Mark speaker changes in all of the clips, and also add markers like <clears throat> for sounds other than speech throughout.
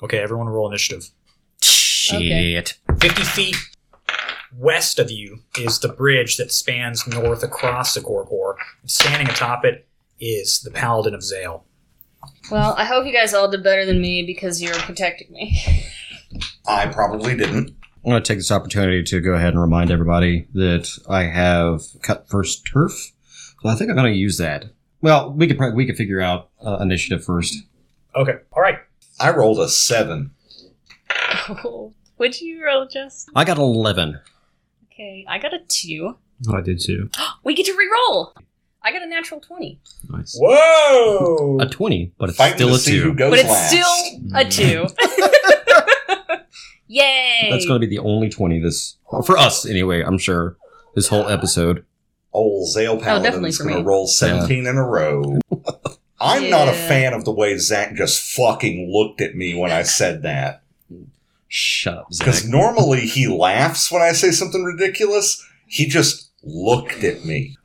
Speaker 1: Okay, everyone roll initiative.
Speaker 2: Shit.
Speaker 1: 50 feet west of you is the bridge that spans north across the Gorgor. Standing atop it is the Paladin of Zale.
Speaker 3: Well, I hope you guys all did better than me because you're protecting me. <laughs>
Speaker 4: I probably didn't.
Speaker 2: I'm going to take this opportunity to go ahead and remind everybody that I have cut first turf. So I think I'm going to use that. Well, we could probably, we could figure out uh, initiative first.
Speaker 1: Okay, all right.
Speaker 4: I rolled a seven.
Speaker 3: Would you roll, Justin?
Speaker 2: I got 11.
Speaker 3: Okay, I got a two.
Speaker 5: Oh, I did too.
Speaker 3: We get to re-roll. I got a natural twenty,
Speaker 2: <laughs>
Speaker 3: <laughs>
Speaker 5: Nice.
Speaker 1: Whoa!
Speaker 2: A 20, but it's
Speaker 4: Fighting
Speaker 2: still
Speaker 4: to
Speaker 2: a
Speaker 4: see who
Speaker 2: 2.
Speaker 4: goes
Speaker 3: but it's
Speaker 4: last.
Speaker 3: still a two. Yay!
Speaker 2: That's going to be the only 20 this, for us anyway, I'm sure, this whole episode.
Speaker 4: old Zale
Speaker 3: Oh, definitely
Speaker 4: Paladin's
Speaker 3: for
Speaker 4: going
Speaker 3: me.
Speaker 4: to roll 17 in a
Speaker 3: <laughs>
Speaker 4: row. I'm not a
Speaker 3: Yeah.
Speaker 4: fan of the way Zach just fucking looked at me when I
Speaker 2: <laughs>
Speaker 4: said that.
Speaker 2: Shut up, Zach.
Speaker 4: Because normally he laughs when I say something ridiculous. He just looked at me.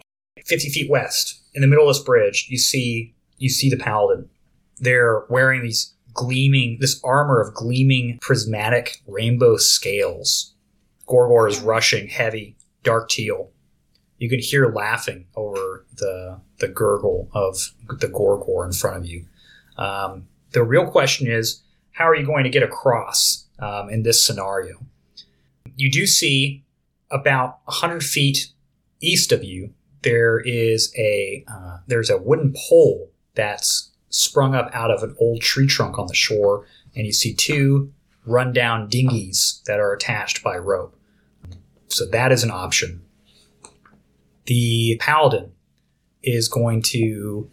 Speaker 1: 50 feet west, in the middle of this bridge, you see you see the Paladin. They're wearing these gleaming, this armor of gleaming prismatic rainbow scales. Gorgor is rushing, heavy, dark teal. You can hear laughing over the the gurgle of the Gorgor in front of you. Um, the real question is, how are you going to get across um, in this scenario? You do see about 100 feet east of you there is a uh, there's a wooden pole that's sprung up out of an old tree trunk on the shore, and you see two rundown dinghies that are attached by rope. So that is an option. The paladin is going to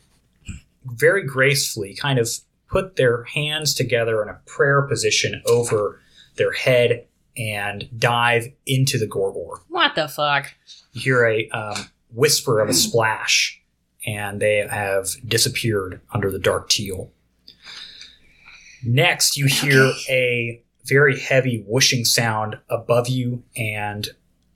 Speaker 1: very gracefully kind of put their hands together in a prayer position over their head and dive into the gorgor
Speaker 3: what the fuck?
Speaker 1: you hear a um, whisper of a splash, and they have disappeared under the dark teal. Next, you hear a very heavy whooshing sound above you, and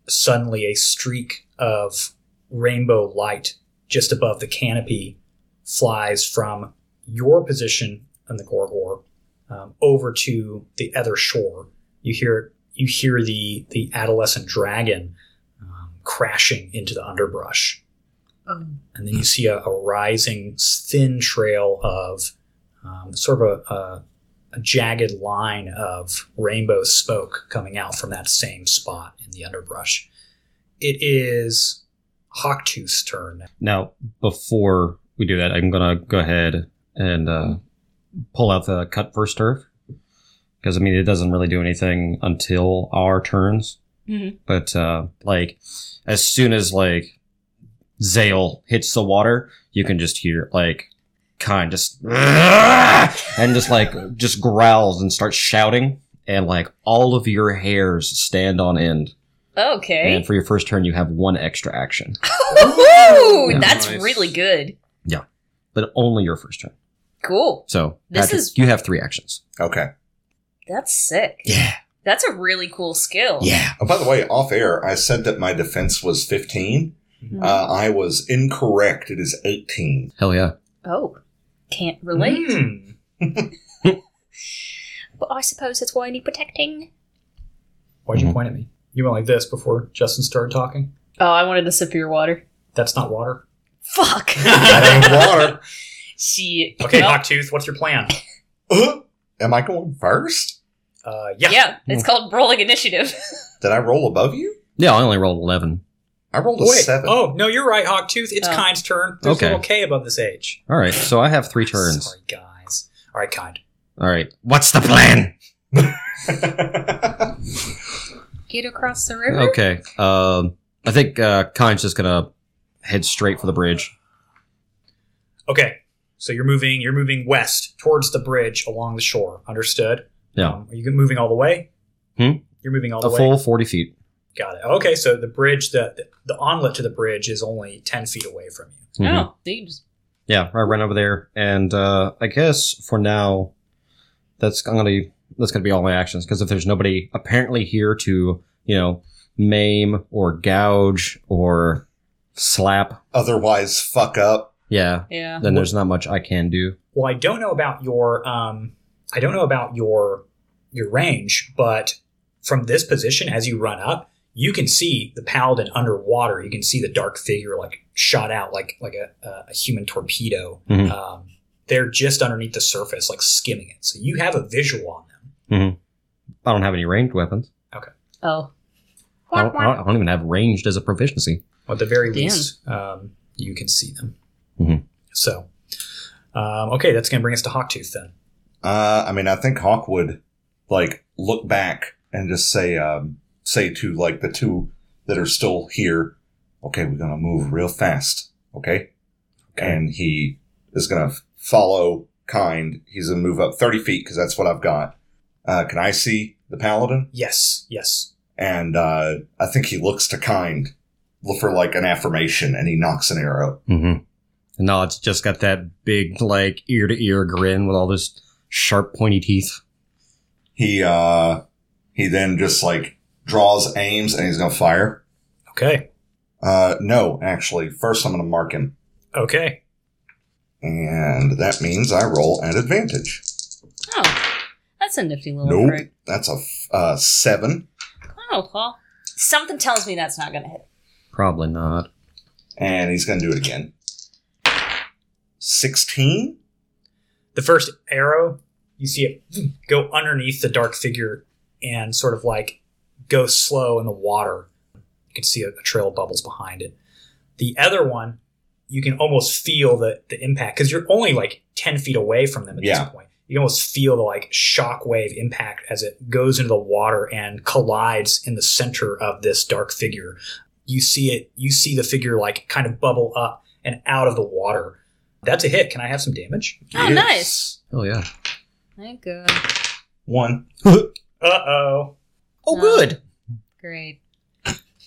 Speaker 1: suddenly a streak of rainbow light just above the canopy flies from your position in the Gorgor um, over to the other shore. You hear you hear the the adolescent dragon um, crashing into the underbrush.
Speaker 3: Oh.
Speaker 1: And then you see a, a rising, thin trail of um, sort of a, a, a jagged line of rainbow smoke coming out from that same spot in the underbrush. It is Hawktooth's turn.
Speaker 2: Now, before we do that, I'm gonna go ahead and uh,
Speaker 3: Hmm.
Speaker 2: pull out the cut first turf because I mean it doesn't really do anything until our turns.
Speaker 3: Mhm.
Speaker 2: But uh, like, as soon as like Zale hits the water, you can just hear like kind just and just like just growls and starts shouting, and like all of your hairs stand on end.
Speaker 3: Okay.
Speaker 2: And for your first turn, you have one extra action,
Speaker 3: <laughs> Ooh,
Speaker 5: Yeah.
Speaker 3: that's
Speaker 5: Nice.
Speaker 3: really good.
Speaker 2: but only your first turn.
Speaker 3: Cool.
Speaker 2: So
Speaker 3: This
Speaker 2: Patrick,
Speaker 3: is-
Speaker 2: you have three actions.
Speaker 4: Okay.
Speaker 3: That's sick.
Speaker 2: Yeah,
Speaker 3: That's a really cool skill.
Speaker 2: yeah.
Speaker 4: Oh, by the way, off air, I said that my defense was 15.
Speaker 3: Mm-hmm.
Speaker 4: Uh, I was incorrect. It is 18.
Speaker 2: Hell yeah.
Speaker 3: Oh, can't relate.
Speaker 1: Hmm.
Speaker 3: But I suppose that's why I need protecting.
Speaker 1: Why'd you
Speaker 2: Mhm.
Speaker 1: point at me? You went like this before Justin started talking.
Speaker 3: Oh, I wanted to sip your water.
Speaker 1: That's not water.
Speaker 3: Fuck.
Speaker 4: That ain't
Speaker 3: <laughs>
Speaker 4: water.
Speaker 3: Shit.
Speaker 1: Okay,
Speaker 3: Well,
Speaker 1: Hawktooth, what's your plan?
Speaker 4: Uh, am I going first?
Speaker 1: Uh,
Speaker 3: yeah.
Speaker 1: yeah.
Speaker 3: it's called rolling initiative. <laughs>
Speaker 4: Did I roll above you?
Speaker 2: Yeah, I only rolled eleven.
Speaker 4: I rolled a
Speaker 1: Wait.
Speaker 4: seven.
Speaker 1: Oh no, you're right, Hawktooth. It's
Speaker 3: Oh.
Speaker 1: Kind's turn. There's
Speaker 2: Okay.
Speaker 1: a little K above this age.
Speaker 2: All right, so I have three turns.
Speaker 1: Sorry, guys. All right, kind.
Speaker 2: All right, what's the plan?
Speaker 3: Get across the river.
Speaker 2: Okay, um, I think uh, Kine's just gonna head straight for the bridge.
Speaker 1: Okay, so you're moving. You're moving west towards the bridge along the shore. Understood?
Speaker 2: Yeah.
Speaker 1: Um, are you moving all the way?
Speaker 2: Hmm?
Speaker 1: You're moving all the
Speaker 2: A
Speaker 1: way.
Speaker 2: full forty feet.
Speaker 1: Got it. Okay, so the bridge, the the onlet to the bridge is only ten feet away from you.
Speaker 2: Mhm.
Speaker 3: Oh, thieves.
Speaker 2: Yeah, I run over there, and uh, I guess for now, that's I'm gonna that's gonna be all my actions because if there's nobody apparently here to you know maim or gouge or slap,
Speaker 4: <laughs> Otherwise, fuck up.
Speaker 2: yeah,
Speaker 3: Yeah.
Speaker 2: then there's not much I can do.
Speaker 1: Well, I don't know about your. Um, I don't know about your your range, but from this position, as you run up, you can see the paladin underwater. You can see the dark figure like shot out like like a, a- a human torpedo.
Speaker 2: Mhm.
Speaker 1: Um, they're just underneath the surface, like skimming it. So you have a visual on them.
Speaker 2: I don't have any ranged weapons.
Speaker 3: Oh.
Speaker 2: I don't, I don't- I don't even have ranged as a proficiency.
Speaker 1: Well, at the very
Speaker 3: Damn.
Speaker 1: least, um, you can see them.
Speaker 2: Mhm.
Speaker 1: So, um, okay, that's going to bring us to Hawktooth then.
Speaker 4: Uh, I mean, I think Hawk would like look back and just say, um, say to like the two that are still here, okay, we're gonna move real fast, okay? And he is gonna f- follow kind. He's gonna move up thirty feet because that's what I've got. Uh, can I see the paladin?
Speaker 1: Yes, yes.
Speaker 4: And uh, I think he looks to kind for like an affirmation, and he knocks an arrow.
Speaker 2: Mm-hmm. No, it's just got that big, like, ear to ear grin with all those sharp, pointy teeth.
Speaker 4: He uh, he then just like draws aims, and he's gonna fire.
Speaker 1: Okay,
Speaker 4: Uh, no, actually. First, I'm going to mark him.
Speaker 1: okay.
Speaker 4: And that means I roll at advantage.
Speaker 3: Oh. That's a nifty little
Speaker 4: Nope.
Speaker 3: fruit.
Speaker 4: That's a f- uh, seven.
Speaker 3: Oh, well. Something tells me that's not going to hit.
Speaker 2: Probably not.
Speaker 4: And he's going to do it again. 16?
Speaker 1: The first arrow, you see it go underneath the dark figure and sort of like go slow in the water. You can see a, a trail of bubbles behind it. The other one, you can almost feel the, the impact because you're only like 10 feet away from them at
Speaker 4: Yeah.
Speaker 1: this point. You can almost feel the like shockwave impact as it goes into the water and collides in the center of this dark figure. You see it, you see the figure like kind of bubble up and out of the water. That's a hit. Can I have some damage?
Speaker 3: Oh, nice.
Speaker 2: Oh, yeah.
Speaker 3: Thank God.
Speaker 4: One.
Speaker 1: Uh oh.
Speaker 2: Oh,
Speaker 3: No.
Speaker 2: good.
Speaker 3: Great.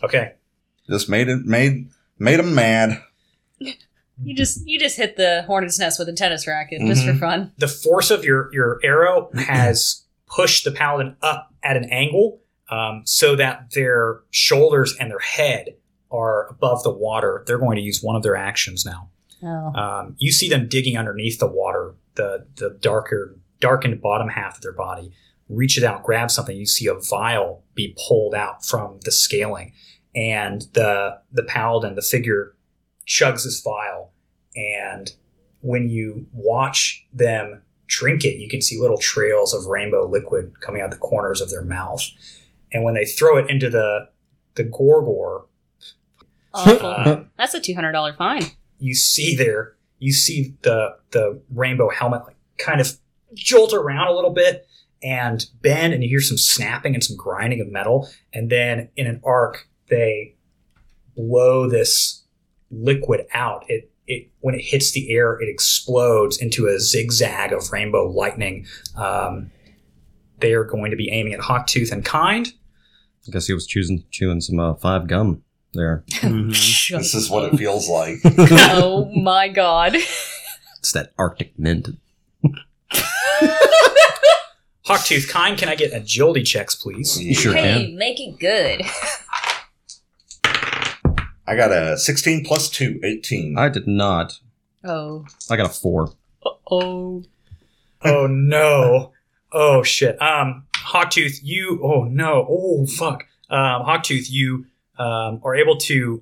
Speaker 1: Okay.
Speaker 4: Just made it, made, made him mad.
Speaker 3: You just you just hit the hornet's nest with a tennis racket just for
Speaker 4: Mhm.
Speaker 3: fun.
Speaker 1: The force of your your arrow has pushed the paladin up at an angle, um, so that their shoulders and their head are above the water. They're going to use one of their actions now.
Speaker 3: Oh.
Speaker 1: Um, you see them digging underneath the water, the the darker darkened bottom half of their body. Reaches out, grabs something. You see a vial be pulled out from the scaling, and the the paladin, the figure, chugs this vial. And when you watch them drink it, you can see little trails of rainbow liquid coming out the corners of their mouth. And when they throw it into the the gorgor,
Speaker 3: Awful.
Speaker 1: uh,
Speaker 3: That's a two hundred dollar fine.
Speaker 1: you see there you see the the rainbow helmet like kind of jolt around a little bit and bend and you hear some snapping and some grinding of metal and then in an arc they blow this liquid out it it when it hits the air it explodes into a zigzag of rainbow lightning um, they are going to be aiming at hawktooth and kind
Speaker 2: I guess he was choosing, chewing some uh, five gum there. Mm-hmm.
Speaker 4: This is
Speaker 3: <laughs>
Speaker 4: what it feels like.
Speaker 3: oh my god.
Speaker 4: <laughs>
Speaker 2: It's that Arctic mint.
Speaker 1: hawktooth kind can i get agility checks please
Speaker 2: You sure
Speaker 3: hey,
Speaker 2: can.
Speaker 3: make it good.
Speaker 4: I got a 16 plus 2, 18.
Speaker 2: I did not.
Speaker 3: Oh.
Speaker 2: I got a four.
Speaker 3: Oh.
Speaker 1: oh no. Oh shit. Um Hawktooth, you oh no. Oh fuck. Um Hawktooth, you um are able to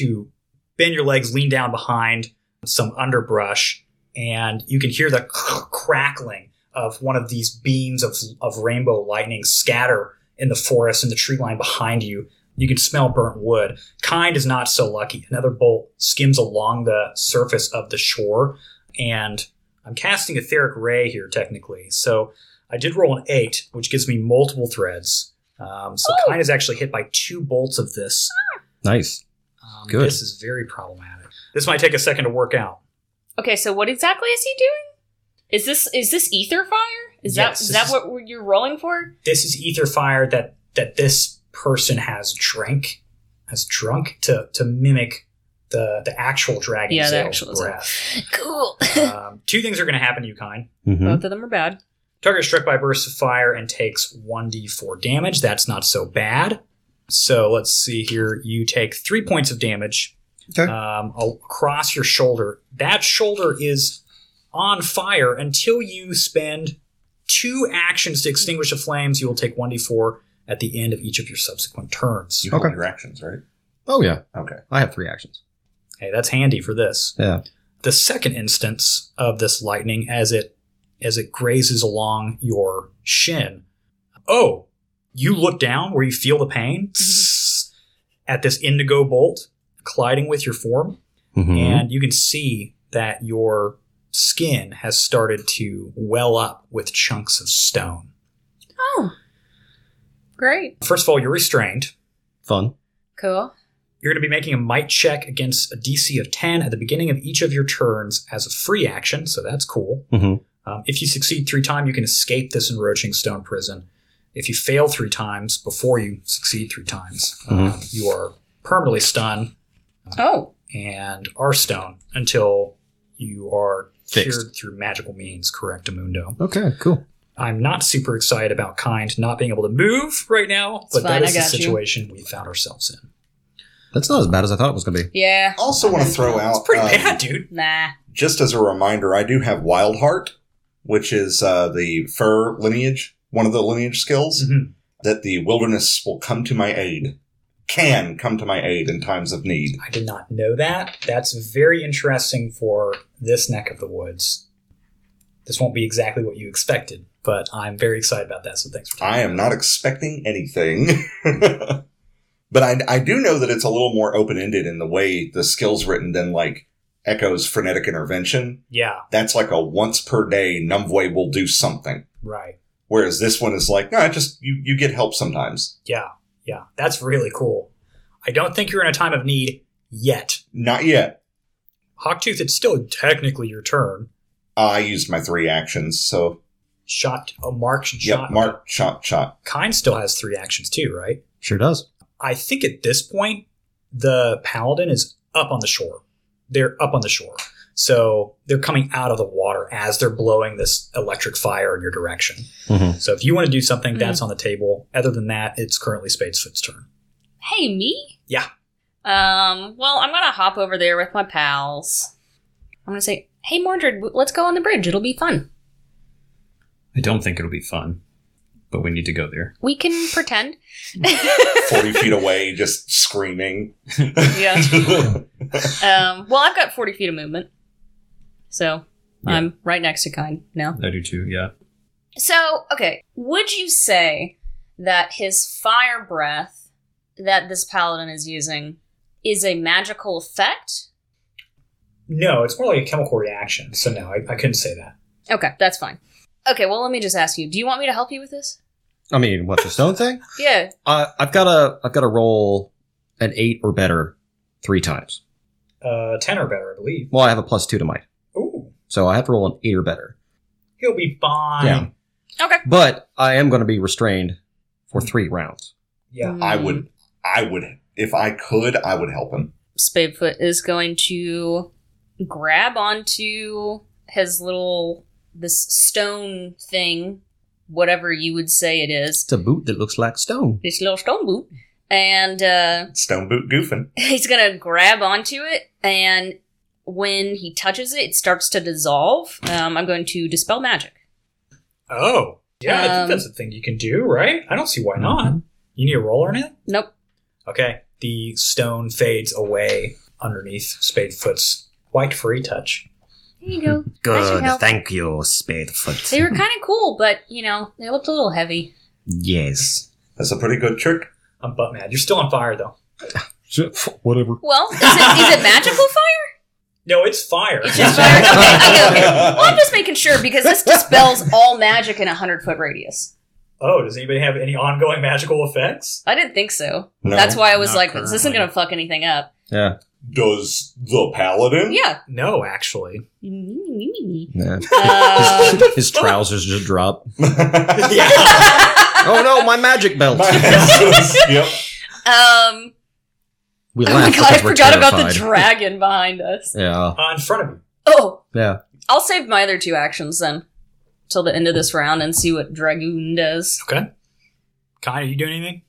Speaker 1: to bend your legs, lean down behind some underbrush, and you can hear the crackling of one of these beams of of rainbow lightning scatter in the forest and the tree line behind you. You can smell burnt wood. Kind is not so lucky. Another bolt skims along the surface of the shore and I'm casting Etheric Ray here, technically. So I did roll an eight, which gives me multiple threads. Um, so
Speaker 3: Oh.
Speaker 1: Kind is actually hit by two bolts of this.
Speaker 2: Nice.
Speaker 1: Um,
Speaker 2: Good.
Speaker 1: This is very problematic. This might take a second to work out.
Speaker 3: Okay, so what exactly is he doing? Is this is this ether fire? Is
Speaker 1: Yes,
Speaker 3: that is
Speaker 1: this
Speaker 3: that
Speaker 1: is-
Speaker 3: what you're rolling for?
Speaker 1: This is ether fire that that this person has drank, has drunk to to mimic the the actual dragon.
Speaker 3: Yeah, the
Speaker 1: Zale's
Speaker 3: actual Zale.
Speaker 1: breath.
Speaker 3: Cool.
Speaker 1: um, two things are going to happen to you, Kind.
Speaker 2: Mm-hmm.
Speaker 3: Both of them are bad.
Speaker 1: Target is struck by bursts of fire and takes 1d4 damage. That's not so bad. So let's see here. You take three points of damage
Speaker 2: Okay.
Speaker 1: um, al- across your shoulder. That shoulder is on fire until you spend two actions to extinguish the flames. You will take 1d4 at the end of each of your subsequent turns.
Speaker 4: You have
Speaker 2: Okay.
Speaker 4: your actions, right?
Speaker 2: Oh yeah,
Speaker 4: Okay.
Speaker 2: I have three actions.
Speaker 1: Hey, that's handy for this.
Speaker 2: Yeah.
Speaker 1: The second instance of this lightning as it as it grazes along your shin. Oh, you look down where you feel the pain at this indigo bolt colliding with your form.
Speaker 2: Mm-hmm.
Speaker 1: and you can see that your skin has started to well up with chunks of stone.
Speaker 3: Oh. Great.
Speaker 1: First of all, you're restrained.
Speaker 2: Fun.
Speaker 3: Cool.
Speaker 1: You're going to be making a might check against a DC of 10 at the beginning of each of your turns as a free action, so that's cool.
Speaker 2: Mhm.
Speaker 1: Um, if you succeed three times, you can escape this enroaching stone prison. If you fail three times before you succeed three times, uh, you are permanently stunned
Speaker 3: Oh.
Speaker 1: and are stone until you are
Speaker 2: Fixed.
Speaker 1: cured through magical means, correct, Amundo.
Speaker 2: Okay. Cool.
Speaker 1: I'm not super excited about Kind not being able to move right now, but
Speaker 3: It's fine,
Speaker 1: that is
Speaker 3: I
Speaker 1: the
Speaker 3: got you.
Speaker 1: situation we found ourselves in.
Speaker 2: That's not as bad as I thought it was gonna be.
Speaker 3: Yeah.
Speaker 4: Also, want to throw out
Speaker 1: It's pretty
Speaker 4: um,
Speaker 1: bad, dude.
Speaker 3: Nah.
Speaker 4: just as a reminder, I do have Wild Heart, which is uh, the fur lineage, one of the lineage skills
Speaker 1: Mhm.
Speaker 4: that the wilderness will come to my aid, can come to my aid in times of need.
Speaker 1: I did not know that. That's very interesting for this neck of the woods. This won't be exactly what you expected, but I'm very excited about that. So thanks for
Speaker 4: I am not expecting anything. <laughs> but I, I do know that it's a little more open ended in the way the skill's written than like Echo's frenetic intervention.
Speaker 1: Yeah,
Speaker 4: That's like a once per day, Numvoi will do something.
Speaker 1: right.
Speaker 4: Whereas this one is like, no, it just you, you get help sometimes.
Speaker 1: Yeah, yeah. That's really cool. I don't think you're in a time of need yet.
Speaker 4: Not yet.
Speaker 1: Hawktooth, it's still technically your turn.
Speaker 4: Oh, I used my three actions, so
Speaker 1: Shot, a marked
Speaker 4: yep,
Speaker 1: shot.
Speaker 4: mark, shot, shot.
Speaker 1: Kind still has three actions too, right?
Speaker 2: Sure does.
Speaker 1: I think at this point, the paladin is up on the shore. They're up on the shore. So they're coming out of the water as they're blowing this electric fire in your direction.
Speaker 2: Mhm.
Speaker 1: So if you want to do something,
Speaker 3: Mhm.
Speaker 1: that's on the table. Other than that, it's currently Spadesfoot's turn.
Speaker 3: Hey, me?
Speaker 1: Yeah.
Speaker 3: Um, well, I'm gonna hop over there with my pals. I'm gonna say, hey, Mordred, w- let's go on the bridge. It'll be fun.
Speaker 5: I don't think it'll be fun, but we need to go there.
Speaker 1: <laughs>
Speaker 3: We can pretend.
Speaker 4: Forty feet away, <laughs> just screaming.
Speaker 3: yeah. Um, well, I've got 40 feet of movement. So
Speaker 5: Yeah.
Speaker 3: I'm right next to Kind now.
Speaker 5: I do too,
Speaker 3: <laughs>
Speaker 5: yeah.
Speaker 3: So, okay. Would you say that his fire breath that this paladin is using is a magical effect?
Speaker 1: No, it's more like a chemical reaction. So no, I, I couldn't say that.
Speaker 3: Okay, that's fine. Okay, well, let me just ask you do you want me to help you with this?
Speaker 2: I mean, what the stone thing? <laughs>
Speaker 3: Yeah.
Speaker 2: Uh, I've got to. I've got to roll an eight or better three times.
Speaker 1: Uh, ten or better, I believe.
Speaker 2: Well, I have a plus two to mine,
Speaker 1: Ooh,
Speaker 2: so I have to roll an eight or better.
Speaker 1: he'll be fine.
Speaker 2: Yeah.
Speaker 3: Okay.
Speaker 2: But I am going to be restrained for three rounds.
Speaker 1: Yeah.
Speaker 4: <laughs> I
Speaker 3: Mm,
Speaker 4: would, I would, if I could, I would help him.
Speaker 3: Spadefoot is going to grab onto his little this stone thing, whatever you would say it is,
Speaker 2: It's a boot that looks like stone.
Speaker 3: this little stone boot, and uh,
Speaker 4: Stone boot goofing.
Speaker 3: <laughs> he's gonna grab onto it. And when he touches it, it starts to dissolve. Um, I'm going to dispel magic.
Speaker 1: Oh, yeah. I
Speaker 3: Um,
Speaker 1: think that's a thing you can do, right? I don't see why not. You need a roller in it.
Speaker 3: Nope.
Speaker 1: Okay. The stone fades away underneath Spadefoot's white furry touch.
Speaker 3: There you go. should
Speaker 2: Good,
Speaker 3: help.
Speaker 2: thank you, Spadefoot.
Speaker 3: They were kind of cool, but you know they looked a little heavy.
Speaker 2: Yes.
Speaker 4: That's a pretty good trick.
Speaker 1: I'm butt mad. You're still on fire though.
Speaker 2: Whatever.
Speaker 3: Well, is it, is it magical fire?
Speaker 1: No, it's fire.
Speaker 3: It's just
Speaker 1: <laughs>
Speaker 3: fire. Okay, okay, okay. Well, I'm just making sure because this dispels all magic in a hundred foot radius.
Speaker 1: oh, does anybody have any ongoing magical effects?
Speaker 3: I didn't think so.
Speaker 4: No.
Speaker 3: That's why I was
Speaker 5: not
Speaker 3: like, this isn't
Speaker 5: currently.
Speaker 3: gonna fuck anything up.
Speaker 2: Yeah.
Speaker 4: Does the paladin? <laughs>
Speaker 3: Yeah.
Speaker 1: No, actually.
Speaker 3: <laughs>
Speaker 2: yeah.
Speaker 3: Uh,
Speaker 2: his, his trousers just drop.
Speaker 1: yeah.
Speaker 2: <laughs> Oh no, my magic belt.
Speaker 4: My answers, yep.
Speaker 3: <laughs> um.
Speaker 2: <laughs> we
Speaker 3: Oh
Speaker 2: laugh
Speaker 3: my <laughs> god! I
Speaker 2: because we're
Speaker 3: forgot about
Speaker 2: terrified.
Speaker 3: the dragon behind us.
Speaker 2: Yeah.
Speaker 1: Uh, in front of me.
Speaker 3: Oh,
Speaker 2: Yeah.
Speaker 3: I'll save my other two actions then till the end of this round and see what dragoon does.
Speaker 1: Okay. Kai, are you doing anything?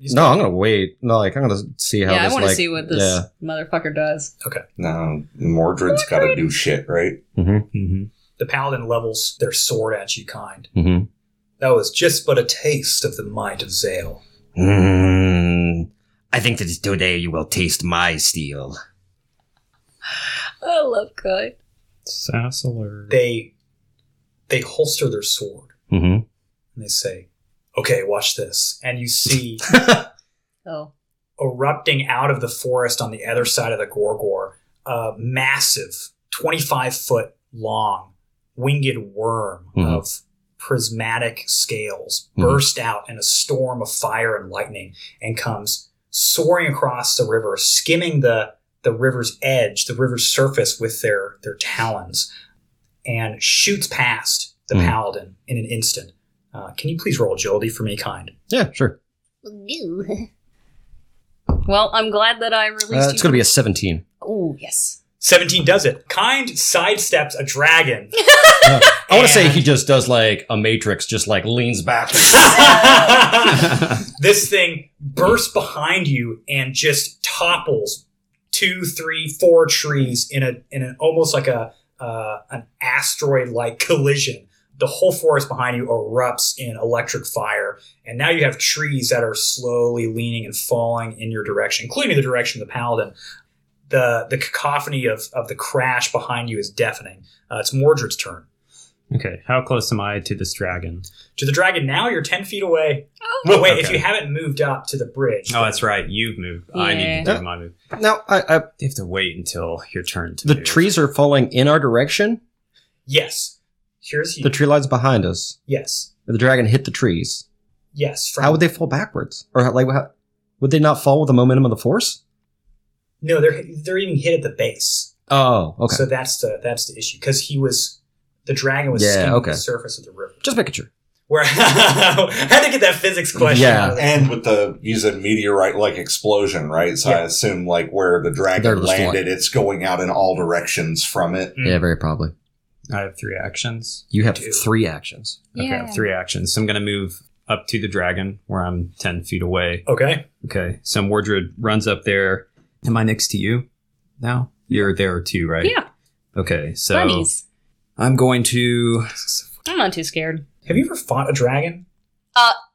Speaker 1: You
Speaker 2: No, I'm gonna wait. No, like I'm gonna see how.
Speaker 3: yeah, I
Speaker 2: this,
Speaker 3: want to
Speaker 2: like-
Speaker 3: see what this
Speaker 2: Yeah.
Speaker 3: motherfucker does.
Speaker 4: No, Mordred's got to do shit, right?
Speaker 1: Mm-hmm. The paladin levels their sword at you, kind.
Speaker 2: Mm-hmm.
Speaker 1: That was just but a taste of the might of Zale.
Speaker 3: Mm.
Speaker 2: I think that today you will taste my steel.
Speaker 3: I love God.
Speaker 5: Sassler.
Speaker 1: They they holster their sword
Speaker 2: Mm-hmm.
Speaker 1: and they say, "Okay, watch this." And you see
Speaker 3: Oh.
Speaker 1: erupting out of the forest on the other side of the Gorgor, a massive, 25 foot long, winged worm
Speaker 2: Mhm.
Speaker 1: of prismatic scales
Speaker 2: Mhm.
Speaker 1: burst out in a storm of fire and lightning and comes soaring across the river, skimming the, the river's edge, the river's surface with their, their talons, and shoots past the
Speaker 2: Mhm.
Speaker 1: paladin in an instant. Uh, can you please roll agility for me, kind?
Speaker 2: Yeah, sure.
Speaker 3: <laughs> Well, I'm glad that I released
Speaker 2: Uh,
Speaker 3: you.
Speaker 2: it's going to be a 17.
Speaker 3: Oh, yes.
Speaker 1: 17 does it. Kind sidesteps a
Speaker 2: <laughs>
Speaker 1: dragon
Speaker 2: Uh, I want to say
Speaker 1: And-
Speaker 2: he just does like a matrix, just like leans back.
Speaker 1: <laughs>
Speaker 2: <laughs>
Speaker 1: this thing bursts behind you and just topples two, three, four trees in a in an almost like a uh, an asteroid like collision. The whole forest behind you erupts in electric fire, and now you have trees that are slowly leaning and falling in your direction, including the direction of the paladin. The the cacophony of of the crash behind you is deafening. Uh, it's Mordred's turn.
Speaker 5: Okay, how close am I to this dragon?
Speaker 1: To the dragon now, you're ten feet away.
Speaker 3: Oh.
Speaker 1: Well, wait, if
Speaker 5: Okay.
Speaker 1: you haven't moved up to the bridge,
Speaker 5: Oh, that's right. You've moved. I need to
Speaker 2: Yeah.
Speaker 5: do my move.
Speaker 2: <laughs> now, I, I,
Speaker 5: You have to wait until your turn to
Speaker 2: the
Speaker 5: move.
Speaker 2: trees are falling in our direction.
Speaker 1: Yes. Here's you.
Speaker 2: The tree line's behind us.
Speaker 1: yes.
Speaker 2: The dragon hit the trees.
Speaker 1: Yes. From,
Speaker 2: How would they fall backwards? Or how, like, how, would they not fall with the momentum of the force?
Speaker 1: No, they're they're even hit at the base.
Speaker 2: Oh, okay.
Speaker 1: So that's the that's the issue because he was the dragon was
Speaker 2: Yeah,
Speaker 1: skimming
Speaker 2: okay.
Speaker 1: the surface of the river.
Speaker 2: just making sure.
Speaker 1: Where <laughs> how had to get that physics question.
Speaker 2: Yeah.
Speaker 1: out of there.
Speaker 4: And with the using meteorite like explosion, right? So I
Speaker 1: Yeah.
Speaker 4: assume like where the
Speaker 2: They're
Speaker 4: dragon
Speaker 2: just flying.
Speaker 4: landed, it's going out in all directions from it.
Speaker 1: Mm.
Speaker 2: Yeah, very probably.
Speaker 5: I have three actions.
Speaker 2: You have
Speaker 1: Two.
Speaker 2: three actions.
Speaker 5: Okay, I have three actions. So I'm going to move up to the dragon where I'm 10 feet away.
Speaker 1: Okay.
Speaker 5: Okay, so Mordred runs up there. Am I next to you now? You're there too, right?
Speaker 3: Yeah,
Speaker 5: Okay, so
Speaker 3: bunnies.
Speaker 5: I'm going to.
Speaker 3: I'm not too scared.
Speaker 1: Have you ever fought a dragon?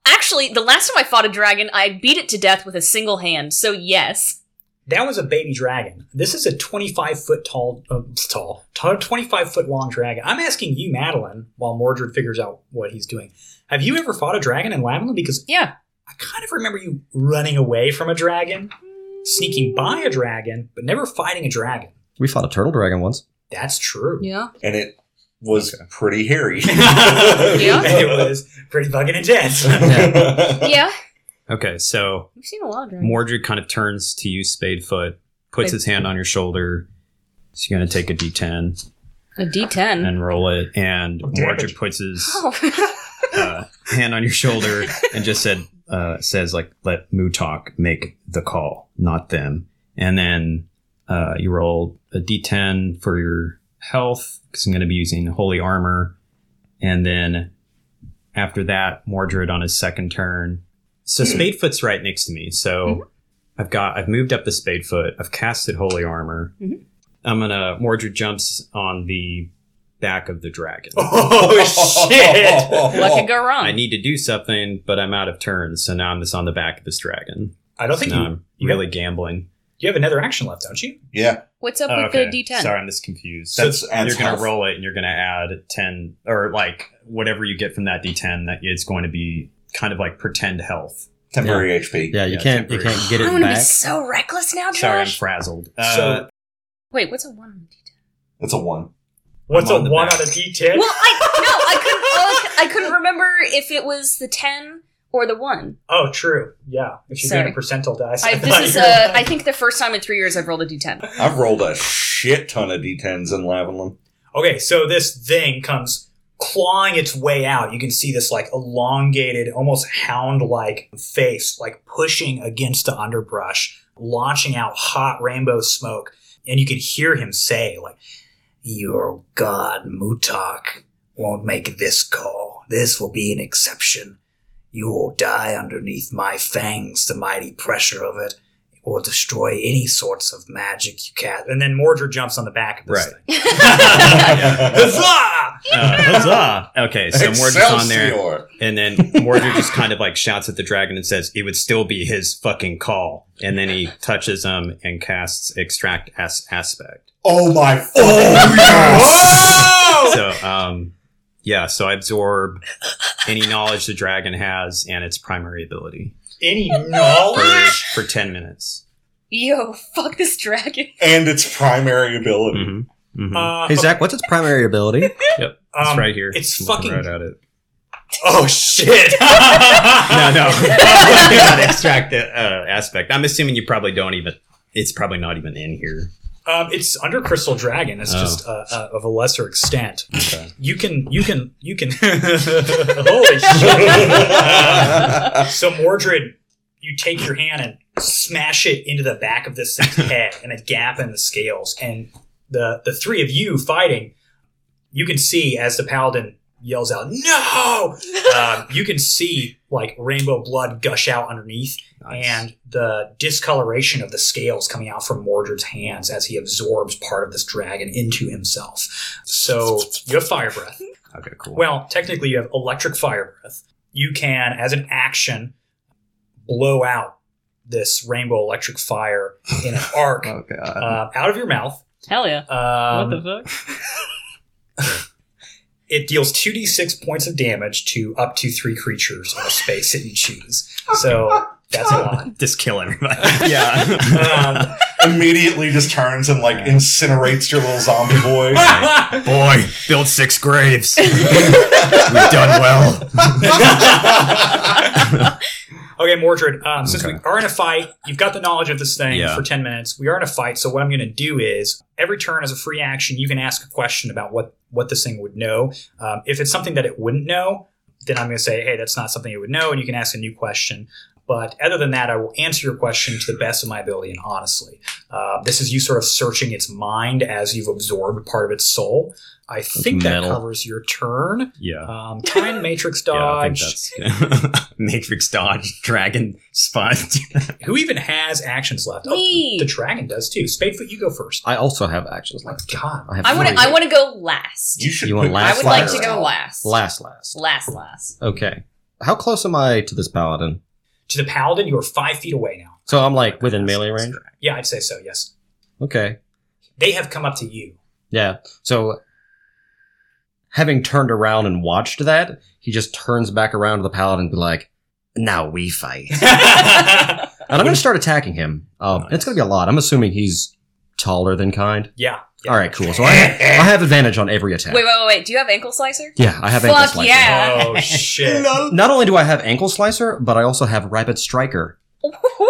Speaker 3: Actually, the last time I fought a dragon, I beat it to death with a single hand. So yes.
Speaker 1: That was a baby dragon. This is a 25 foot tall, uh, tall, tall, 25 foot long dragon. I'm asking you, Madeline, while Mordred figures out what he's doing. Have you ever fought a dragon in Lavalin? Because
Speaker 3: Yeah.
Speaker 1: I kind of remember you running away from a dragon, sneaking by a dragon, but never fighting a dragon.
Speaker 2: We fought a turtle dragon once.
Speaker 1: That's true. <laughs>
Speaker 3: Yeah.
Speaker 4: And it was pretty
Speaker 3: <laughs>
Speaker 4: hairy. <laughs>
Speaker 3: Yeah.
Speaker 1: it was pretty fucking intense. <laughs>
Speaker 4: <laughs>
Speaker 3: Yeah.
Speaker 5: Okay, so
Speaker 3: We've seen a lot of dragons.
Speaker 5: Mordred kind of turns to you, Spadefoot, puts
Speaker 3: Spade-
Speaker 5: his hand on your shoulder. So you're going to take a d10
Speaker 3: A D10. <laughs>
Speaker 5: and roll it. And
Speaker 1: Oh, damn
Speaker 5: Mordred
Speaker 1: it.
Speaker 5: puts his
Speaker 3: Oh.
Speaker 5: uh, hand on your shoulder and just said, uh, says, like, let Mutok make the call, not them. And then uh, you roll a d10 for your health, because I'm going to be using Holy Armor. And then after that, Mordred on his second turn. So Spadefoot's right next to me. So I've got, I've moved up the Spadefoot. I've casted Holy Armor.
Speaker 3: Mhm.
Speaker 5: I'm going to, Mordred jumps on the back of the dragon.
Speaker 1: oh,
Speaker 5: <laughs>
Speaker 1: shit.
Speaker 3: what could
Speaker 2: Oh,
Speaker 3: go wrong?
Speaker 5: I need to do something, but I'm out of turns, so now I'm just on the back of this dragon.
Speaker 1: I don't
Speaker 5: So
Speaker 1: think
Speaker 5: now
Speaker 1: you,
Speaker 5: I'm
Speaker 1: you
Speaker 5: really gambling.
Speaker 1: you have another action left, don't you?
Speaker 4: yeah,
Speaker 3: What's up
Speaker 5: Oh,
Speaker 3: with the D10?
Speaker 5: Sorry, I'm just confused.
Speaker 4: So
Speaker 5: That's,
Speaker 4: it's- adds
Speaker 5: you're going
Speaker 4: health.
Speaker 5: to roll it, and you're going to add ten or like whatever you get from that D10. That it's going to be kind of like pretend health.
Speaker 4: temporary HP.
Speaker 2: Yeah, you
Speaker 5: Yeah,
Speaker 2: can't you
Speaker 5: temporary.
Speaker 2: can't <laughs> get
Speaker 3: I'm
Speaker 2: it
Speaker 3: gonna be
Speaker 2: back.
Speaker 3: so reckless now, Josh.
Speaker 5: Sorry, I'm frazzled. Uh,
Speaker 1: So-
Speaker 3: Wait, what's a one on the
Speaker 4: That's a one.
Speaker 1: What's a
Speaker 5: on the
Speaker 1: one
Speaker 5: back.
Speaker 1: on a D10?
Speaker 3: D10? Well, I no, I couldn't. I, was- I couldn't remember if it was the ten or the one.
Speaker 1: Oh, true. Yeah. If you're doing a percentile dice. <laughs>
Speaker 3: I,
Speaker 1: thought
Speaker 3: this is
Speaker 1: you
Speaker 3: uh,
Speaker 1: were-
Speaker 3: I think the first time in three years I've rolled a D10.
Speaker 4: I've rolled a shit ton of D10s in
Speaker 3: <laughs>
Speaker 4: Lavalin.
Speaker 1: Okay, so this thing comes clawing its way out. You can see this like elongated, almost hound-like face, like pushing against the underbrush, launching out hot rainbow smoke, and you can hear him say, like, Your god Mutak won't make this call. This will be an exception. You will die underneath my fangs, the mighty pressure of it. or destroy any sorts of magic you can. And then Mordred jumps on the back of this
Speaker 5: Right.
Speaker 1: thing. <laughs>
Speaker 5: <laughs> Yeah.
Speaker 1: Huzzah!
Speaker 5: Uh, huzzah! Okay, so Mordred's on there, and then Mordred just kind of like shouts at the dragon and says, "It would still be his fucking call." And then he touches him and casts extract as- aspect.
Speaker 4: Oh my! Oh
Speaker 3: <laughs>
Speaker 5: <laughs> So, um, yeah, so I absorb any knowledge the dragon has and its primary ability
Speaker 1: Any
Speaker 5: for,
Speaker 1: knowledge?
Speaker 5: for ten minutes.
Speaker 3: Yo, fuck this dragon.
Speaker 4: and its primary ability.
Speaker 5: hmm hmm
Speaker 1: Uh,
Speaker 2: Hey Zach, what's its primary <laughs> ability?
Speaker 5: it's
Speaker 1: um,
Speaker 5: right here.
Speaker 1: It's
Speaker 5: I'm looking
Speaker 1: fucking.
Speaker 5: right at <laughs> it.
Speaker 1: Oh
Speaker 5: <laughs>
Speaker 1: shit! <laughs>
Speaker 5: No, no, <laughs> not extract the uh, aspect. I'm assuming you probably don't even. It's probably not even in here.
Speaker 1: Um, it's under Crystal Dragon. It's
Speaker 5: Oh.
Speaker 1: just uh, uh, of a lesser extent.
Speaker 5: Okay.
Speaker 1: You can, you can, you can. <laughs> Holy
Speaker 5: <laughs>
Speaker 1: shit! so Mordred, you take your hand and smash it into the back of this thing's head, and a gap in the scales. And the the three of you fighting, you can see as the paladin yells out, "No!" Um, you can see like rainbow blood gush out underneath and the discoloration of the scales coming out from Mordred's hands as he absorbs part of this dragon into himself. So you have fire breath.
Speaker 5: okay, cool.
Speaker 1: Well, technically, you have electric fire breath. You can, as an action, blow out this rainbow electric fire in an arc
Speaker 5: oh god.
Speaker 1: uh, out of your mouth.
Speaker 3: Hell yeah.
Speaker 1: Um,
Speaker 3: what the fuck?
Speaker 1: it deals 2d6 points of damage to up to three creatures in a space that you choose. So that's a lot.
Speaker 5: just kill everybody. <laughs> yeah.
Speaker 1: Um,
Speaker 2: Mm-hmm.
Speaker 4: Immediately just turns and like incinerates your little zombie
Speaker 3: <laughs>
Speaker 4: boy.
Speaker 1: Um,
Speaker 5: Boy, build six <laughs> graves. We've done well.
Speaker 1: <laughs> Okay, Mordred, um, since
Speaker 5: Okay.
Speaker 1: we are in a fight, you've got the knowledge of this thing
Speaker 5: Yeah.
Speaker 1: for 10 minutes. We are in a fight, so what I'm going to do is every turn as a free action, you can ask a question about what, what this thing would know. Um, if it's something that it wouldn't know, then I'm going to say, hey, that's not something it would know, and you can ask a new question. But other than that, I will answer your question to the best of my ability and honestly. Uh, this is you sort of searching its mind as you've absorbed part of its soul. I think that
Speaker 2: metal.
Speaker 1: covers your turn.
Speaker 5: Yeah.
Speaker 1: Um,
Speaker 3: <laughs>
Speaker 1: time Matrix
Speaker 5: Yeah, I
Speaker 1: Dodge.
Speaker 5: think that's <laughs> Matrix dodge, dragon sponge.
Speaker 1: Who even has actions left? Oh,
Speaker 3: Me.
Speaker 1: the dragon does too. Spadefoot, you go first. Oh
Speaker 2: I also have actions
Speaker 1: My
Speaker 2: left.
Speaker 1: God.
Speaker 2: have
Speaker 3: I want to.
Speaker 2: three.
Speaker 3: I want to go last.
Speaker 4: You should.
Speaker 2: You want
Speaker 4: put
Speaker 3: I
Speaker 2: last
Speaker 3: would
Speaker 4: fire
Speaker 3: like to
Speaker 4: out.
Speaker 3: go last.
Speaker 2: last last.
Speaker 3: Last. Last.
Speaker 2: Okay. How close am I to this paladin?
Speaker 1: To the paladin, you are five feet away now.
Speaker 2: So I'm like within melee range.
Speaker 1: Yeah, I'd say so. Yes,
Speaker 2: Okay.
Speaker 1: they have come up to
Speaker 3: <laughs>
Speaker 1: you.
Speaker 2: Yeah. So having turned around and watched that, he just turns back around to the paladin and be like, "Now
Speaker 1: <laughs>
Speaker 2: we fight."
Speaker 1: yeah,
Speaker 2: And I'm going to start attacking him. Um, and It's going to be a lot. I'm assuming he's taller than kind.
Speaker 1: yeah.
Speaker 2: All right, cool. So I, I have advantage on every attack.
Speaker 3: Wait, wait, wait, wait. Do you have ankle slicer?
Speaker 2: Yeah, I have
Speaker 3: Fuck
Speaker 2: ankle slicer.
Speaker 3: yeah.
Speaker 1: Oh shit.
Speaker 2: Not only do I have ankle slicer, but I also have rapid striker.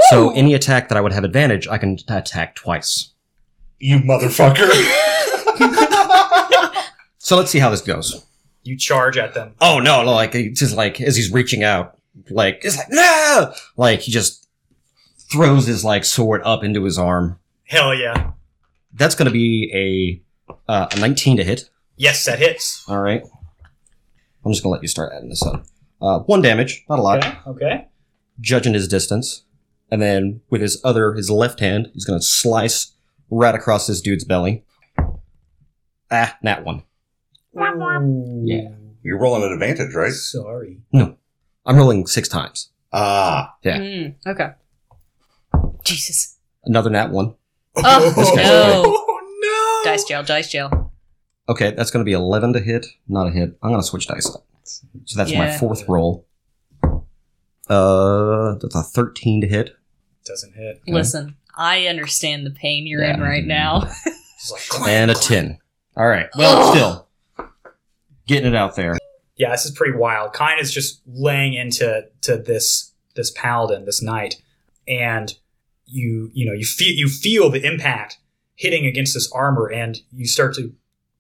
Speaker 2: So any attack that I would have advantage, I can attack twice.
Speaker 4: You motherfucker.
Speaker 2: So let's see how this goes.
Speaker 1: You charge at them.
Speaker 2: Oh no! no, Like it's just like as he's reaching out, like it's like no, like he just throws his like sword up into his arm.
Speaker 1: Hell yeah.
Speaker 2: That's going to be a uh, a 19 to hit.
Speaker 1: Yes, that hits.
Speaker 2: All right. I'm just gonna let you start adding this up. Uh, one damage, not a lot.
Speaker 1: Okay. Okay.
Speaker 2: Judging his distance, and then with his other, his left hand, he's gonna slice right across this dude's belly. Ah, that one. Yeah.
Speaker 4: You're rolling an advantage, right?
Speaker 1: Sorry.
Speaker 2: I'm rolling six times.
Speaker 4: Ah. <laughs>
Speaker 2: Yeah.
Speaker 3: Mm, okay. Jesus.
Speaker 2: Another nat one.
Speaker 3: Oh,
Speaker 2: no.
Speaker 1: <laughs> Oh, no.
Speaker 3: Dice jail. Dice jail.
Speaker 2: Okay, that's gonna be eleven to hit, not a hit. I'm gonna switch dice up. So that's my
Speaker 3: Yeah.
Speaker 2: fourth roll. Uh, that's a thirteen to hit.
Speaker 1: Doesn't hit.
Speaker 3: Listen, I understand the pain you're in
Speaker 2: Yeah.
Speaker 1: <laughs>
Speaker 3: right now.
Speaker 1: It's like clank,
Speaker 2: and a
Speaker 1: clank.
Speaker 2: 10. All right. Well,
Speaker 3: Ugh.
Speaker 2: still getting it out there.
Speaker 1: yeah, this is pretty wild. Kine is just laying into to this this paladin, this knight, and you you know you feel you feel the impact hitting against this armor, and you start to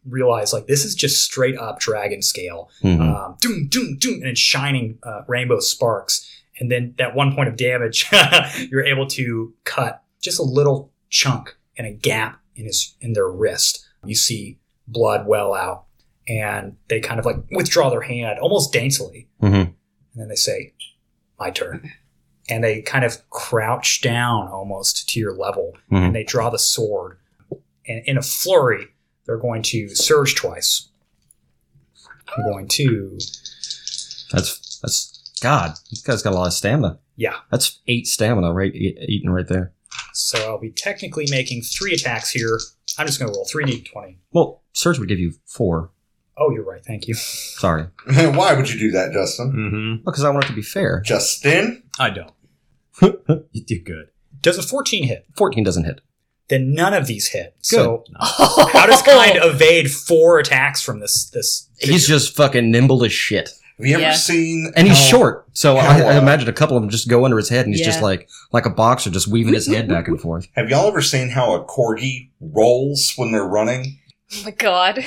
Speaker 1: realize like this is just straight up dragon scale,
Speaker 2: Mhm.
Speaker 1: um, doom doom doom, and it's shining uh, rainbow sparks. And then that one point of damage, <laughs> you're able to cut just a little chunk and a gap in his in their wrist. You see blood well out and they kind of like withdraw their hand almost daintily.
Speaker 2: Mhm.
Speaker 1: And then they say, My turn. and they kind of crouch down almost to your level
Speaker 2: Mhm.
Speaker 1: and they draw the sword. And in a flurry, they're going to surge twice. I'm going to.
Speaker 2: That's that's God. This guy's got a lot of stamina.
Speaker 1: Yeah.
Speaker 2: That's eight stamina right e- eaten right there.
Speaker 1: So I'll be technically making three attacks here. I'm just going to roll 3d20.
Speaker 2: Well, Surge would give you four.
Speaker 1: Oh, you're right. Thank you.
Speaker 2: Sorry.
Speaker 4: Why would you do that, Justin?
Speaker 5: Mm-hmm.
Speaker 2: Because I want it to be fair.
Speaker 4: Justin?
Speaker 2: <laughs>
Speaker 5: I don't. you do
Speaker 1: <laughs>
Speaker 5: good.
Speaker 1: Does a 14 hit?
Speaker 2: 14 doesn't hit.
Speaker 1: Then none of these hit. So
Speaker 3: How
Speaker 1: how does kind evade four attacks from this? This
Speaker 2: He's just fucking nimble as shit.
Speaker 4: Have you ever
Speaker 3: Yeah.
Speaker 4: seen.
Speaker 2: And he's
Speaker 4: how-
Speaker 2: short. So I,
Speaker 4: how,
Speaker 2: I
Speaker 4: uh,
Speaker 2: imagine a couple of them just go under his head and he's just
Speaker 3: Yeah.
Speaker 2: like like a boxer just weaving his head back
Speaker 3: <laughs>
Speaker 2: and forth.
Speaker 4: Have y'all ever seen how a corgi rolls when they're running?
Speaker 3: Oh my god.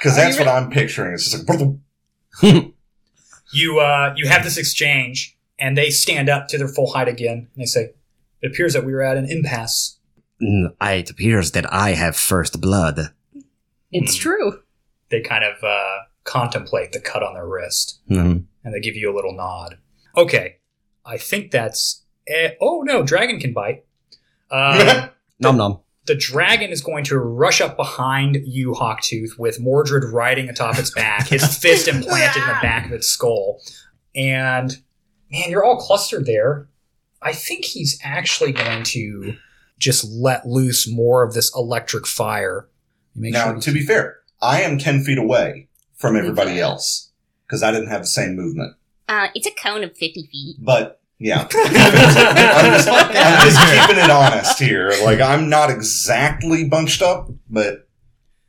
Speaker 4: Because
Speaker 3: Are
Speaker 4: that's
Speaker 3: you
Speaker 4: what I'm picturing. It's just like.
Speaker 1: You uh, you have this exchange, and they stand up to their full height again, and they say, "It appears that we are at an impasse."
Speaker 2: Mm, I- It appears that I have first blood.
Speaker 3: It's
Speaker 1: Hmm.
Speaker 3: true.
Speaker 1: They kind of uh, contemplate the cut on their wrist,
Speaker 2: Mhm.
Speaker 1: and they give you a little nod. Okay, I think that's. Eh- oh no, dragon can bite. Uh,
Speaker 2: Nom nom.
Speaker 1: the dragon is going to rush up behind you, Hawktooth, with Mordred riding atop its back,
Speaker 3: <laughs>
Speaker 1: his fist implanted in the back of its skull. And man, you're all clustered there. I think he's actually going to just let loose more of this electric fire. Make
Speaker 4: now,
Speaker 1: sure-
Speaker 4: to be fair, I am 10 feet away from everybody else because I didn't have the same movement.
Speaker 3: Uh, it's a cone of 50 feet.
Speaker 4: But
Speaker 2: <laughs>
Speaker 4: yeah, I'm just, I'm just
Speaker 5: <laughs>
Speaker 4: keeping it honest here. Like, I'm not exactly bunched up, but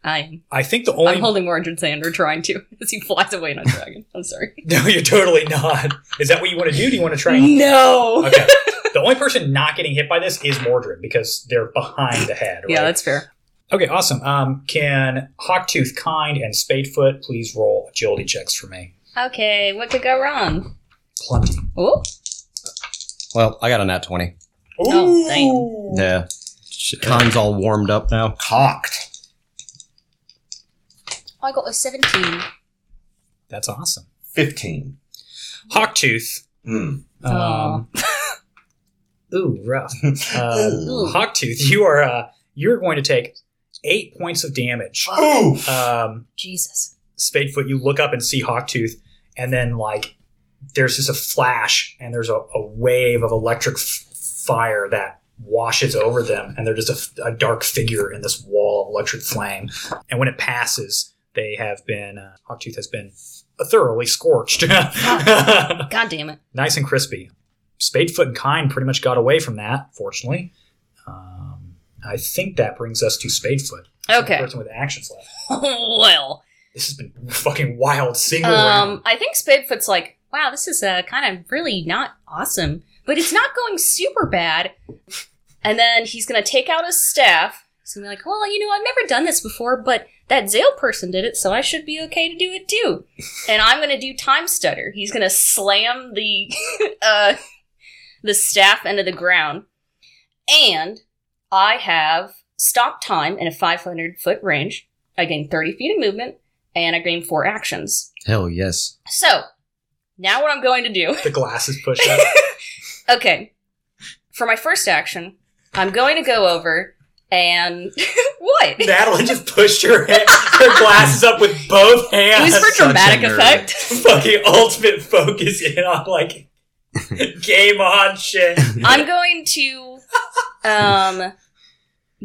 Speaker 3: I am.
Speaker 1: I think the only
Speaker 3: I'm holding Orange and are trying to, <laughs> as he flies away in a dragon.
Speaker 1: <laughs>
Speaker 3: I'm sorry.
Speaker 1: <laughs> no, you're totally not. Is that what you want to do? Do you want to try? and-
Speaker 3: No!
Speaker 1: Okay. the only person not getting hit by this is Mordred because they're behind the head.
Speaker 3: Yeah,
Speaker 1: right?
Speaker 3: that's fair.
Speaker 1: Okay, awesome. Um, can Hawktooth, Kind, and Spadefoot please roll agility checks for me?
Speaker 3: Okay, what could go wrong?
Speaker 1: Plenty.
Speaker 3: Oh,
Speaker 2: Well, I got a nat 20.
Speaker 3: Oh, dang.
Speaker 2: Yeah. Con's all warmed up now.
Speaker 4: cocked.
Speaker 3: I got a 17.
Speaker 1: That's awesome.
Speaker 4: 15.
Speaker 1: Hawktooth.
Speaker 4: Hmm.
Speaker 3: Oh. <laughs>
Speaker 1: Um, ooh, rough. Uh,
Speaker 4: Ooh.
Speaker 3: Ooh.
Speaker 1: Hawktooth, you are uh, you're going to take eight points of damage.
Speaker 4: Oof.
Speaker 1: Um,
Speaker 3: Jesus.
Speaker 1: Spadefoot, you look up and see Hawktooth, and then like there's just a flash, and there's a, a wave of electric f- fire that washes over them, and they're just a f- a, dark figure in this wall of electric flame. And when it passes, they have been uh, Hawktooth has been thoroughly scorched, <laughs>
Speaker 3: God damn it. <laughs>
Speaker 1: nice and crispy. Spadefoot and Kine pretty much got away from that, fortunately. Um, I think that brings us to Spadefoot.
Speaker 3: Okay.
Speaker 1: Person with actions left.
Speaker 3: well.
Speaker 1: This has been fucking wild single round.
Speaker 3: Um, I think Spadefoot's like, wow, this is uh, kind of really not awesome, but it's not going super bad. And then he's gonna take out his staff. He's gonna be like, well, you know, I've never done this before, but that Zale person did it, so I should be okay to do
Speaker 1: <laughs>
Speaker 3: it too. and I'm gonna do time stutter. He's gonna slam the <laughs> uh, the staff into the ground, and I have stop time in a 500 foot range. I gain 30 feet of movement, and I gain four actions.
Speaker 2: Hell yes.
Speaker 3: So, now what I'm going to do. <laughs>
Speaker 1: the glasses pushed up.
Speaker 3: Okay. For my first action, I'm going to go over and. <laughs> what? It
Speaker 1: Madeline just pushed her, hand, her glasses up with both hands.
Speaker 3: was for
Speaker 5: such a
Speaker 3: dramatic
Speaker 5: nerd.
Speaker 3: effect.
Speaker 1: fucking ultimate focus in on like game on shit.
Speaker 3: I'm going to um,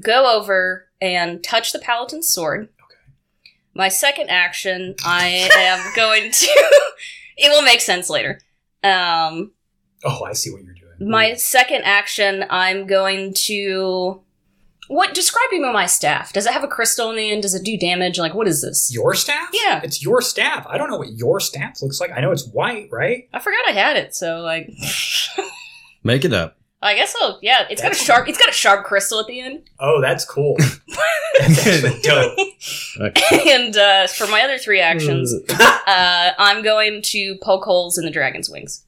Speaker 3: go over and touch the Paladin's sword. Okay. My second action, I am going to. <laughs> it will make sense later. Um,
Speaker 1: Oh, I see what you're doing.
Speaker 3: my second action, I'm going to. What? Describe me my staff. Does it have a crystal in the end? Does it do damage? Like, what is this?
Speaker 1: your staff?
Speaker 3: Yeah.
Speaker 1: it's your staff. I don't know what your staff looks like. I know it's white, right?
Speaker 3: I forgot I had it, so like,
Speaker 2: Make it up.
Speaker 3: I guess so. Yeah, it's got a
Speaker 1: That's-
Speaker 3: sharp. It's got a sharp crystal at the end. <laughs>
Speaker 1: Oh, that's cool. That's actually dope.
Speaker 3: and uh, for my other
Speaker 1: <laughs>
Speaker 3: three actions, uh, I'm going to poke holes in the dragon's wings.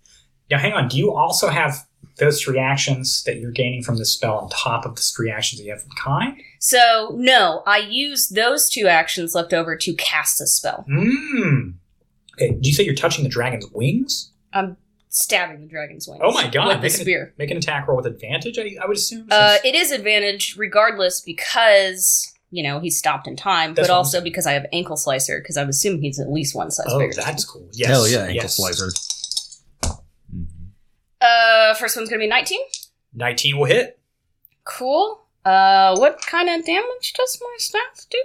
Speaker 1: Now, hang on. Do you also have those three actions that you're gaining from this spell on top of the three actions that you have from kind?
Speaker 3: So no, I use those two actions left over to cast a spell.
Speaker 1: Hmm. Mmm. Okay. Do you say you're touching the dragon's wings?
Speaker 3: I'm stabbing the dragon's wings.
Speaker 1: Oh my god,
Speaker 3: With the
Speaker 1: make an-
Speaker 3: spear.
Speaker 1: Make an attack roll with advantage, I, I would assume.
Speaker 3: Uh,
Speaker 1: since-
Speaker 3: it is advantage regardless because you know he stopped in time,
Speaker 1: That's
Speaker 3: but
Speaker 1: what I'm
Speaker 3: also because I have ankle slicer because I'm assuming he's at least one size
Speaker 1: oh,
Speaker 3: bigger. than
Speaker 1: that's cool. Yes.
Speaker 2: Hell yeah, ankle
Speaker 1: yes.
Speaker 2: slicer.
Speaker 3: me. Uh, first one's gonna be 19.
Speaker 1: 19 will hit.
Speaker 3: Cool. Uh, what kind of damage does my staff do?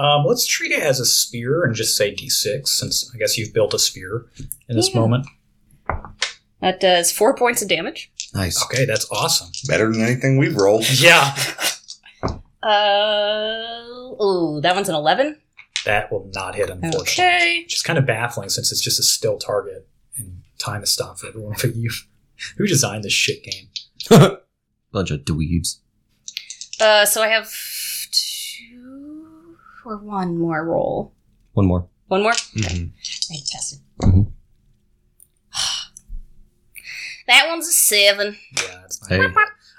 Speaker 1: Um, let's treat it as a spear and just say d6, since I guess you've built a spear in this
Speaker 3: Yeah.
Speaker 1: moment.
Speaker 3: That does four points of damage.
Speaker 2: Nice.
Speaker 1: Okay, that's awesome.
Speaker 4: Better than anything we've rolled.
Speaker 1: Yeah.
Speaker 3: Uh, oh, that one's an 11.
Speaker 1: That will not hit, unfortunately.
Speaker 3: Okay.
Speaker 1: Which is kind of baffling since it's just a still target and time is stopped for everyone but you. <laughs> Who designed this shit game?
Speaker 2: Bunch of dweebs.
Speaker 3: Uh, so I have two or one more roll.
Speaker 2: One more.
Speaker 3: One more?
Speaker 2: Mm-hmm.
Speaker 5: Mhm.
Speaker 3: I tested.
Speaker 1: Mm-hmm.
Speaker 2: Mhm.
Speaker 3: <sighs> that one's a seven.
Speaker 1: Yeah, that's not
Speaker 3: <laughs>
Speaker 2: Hey.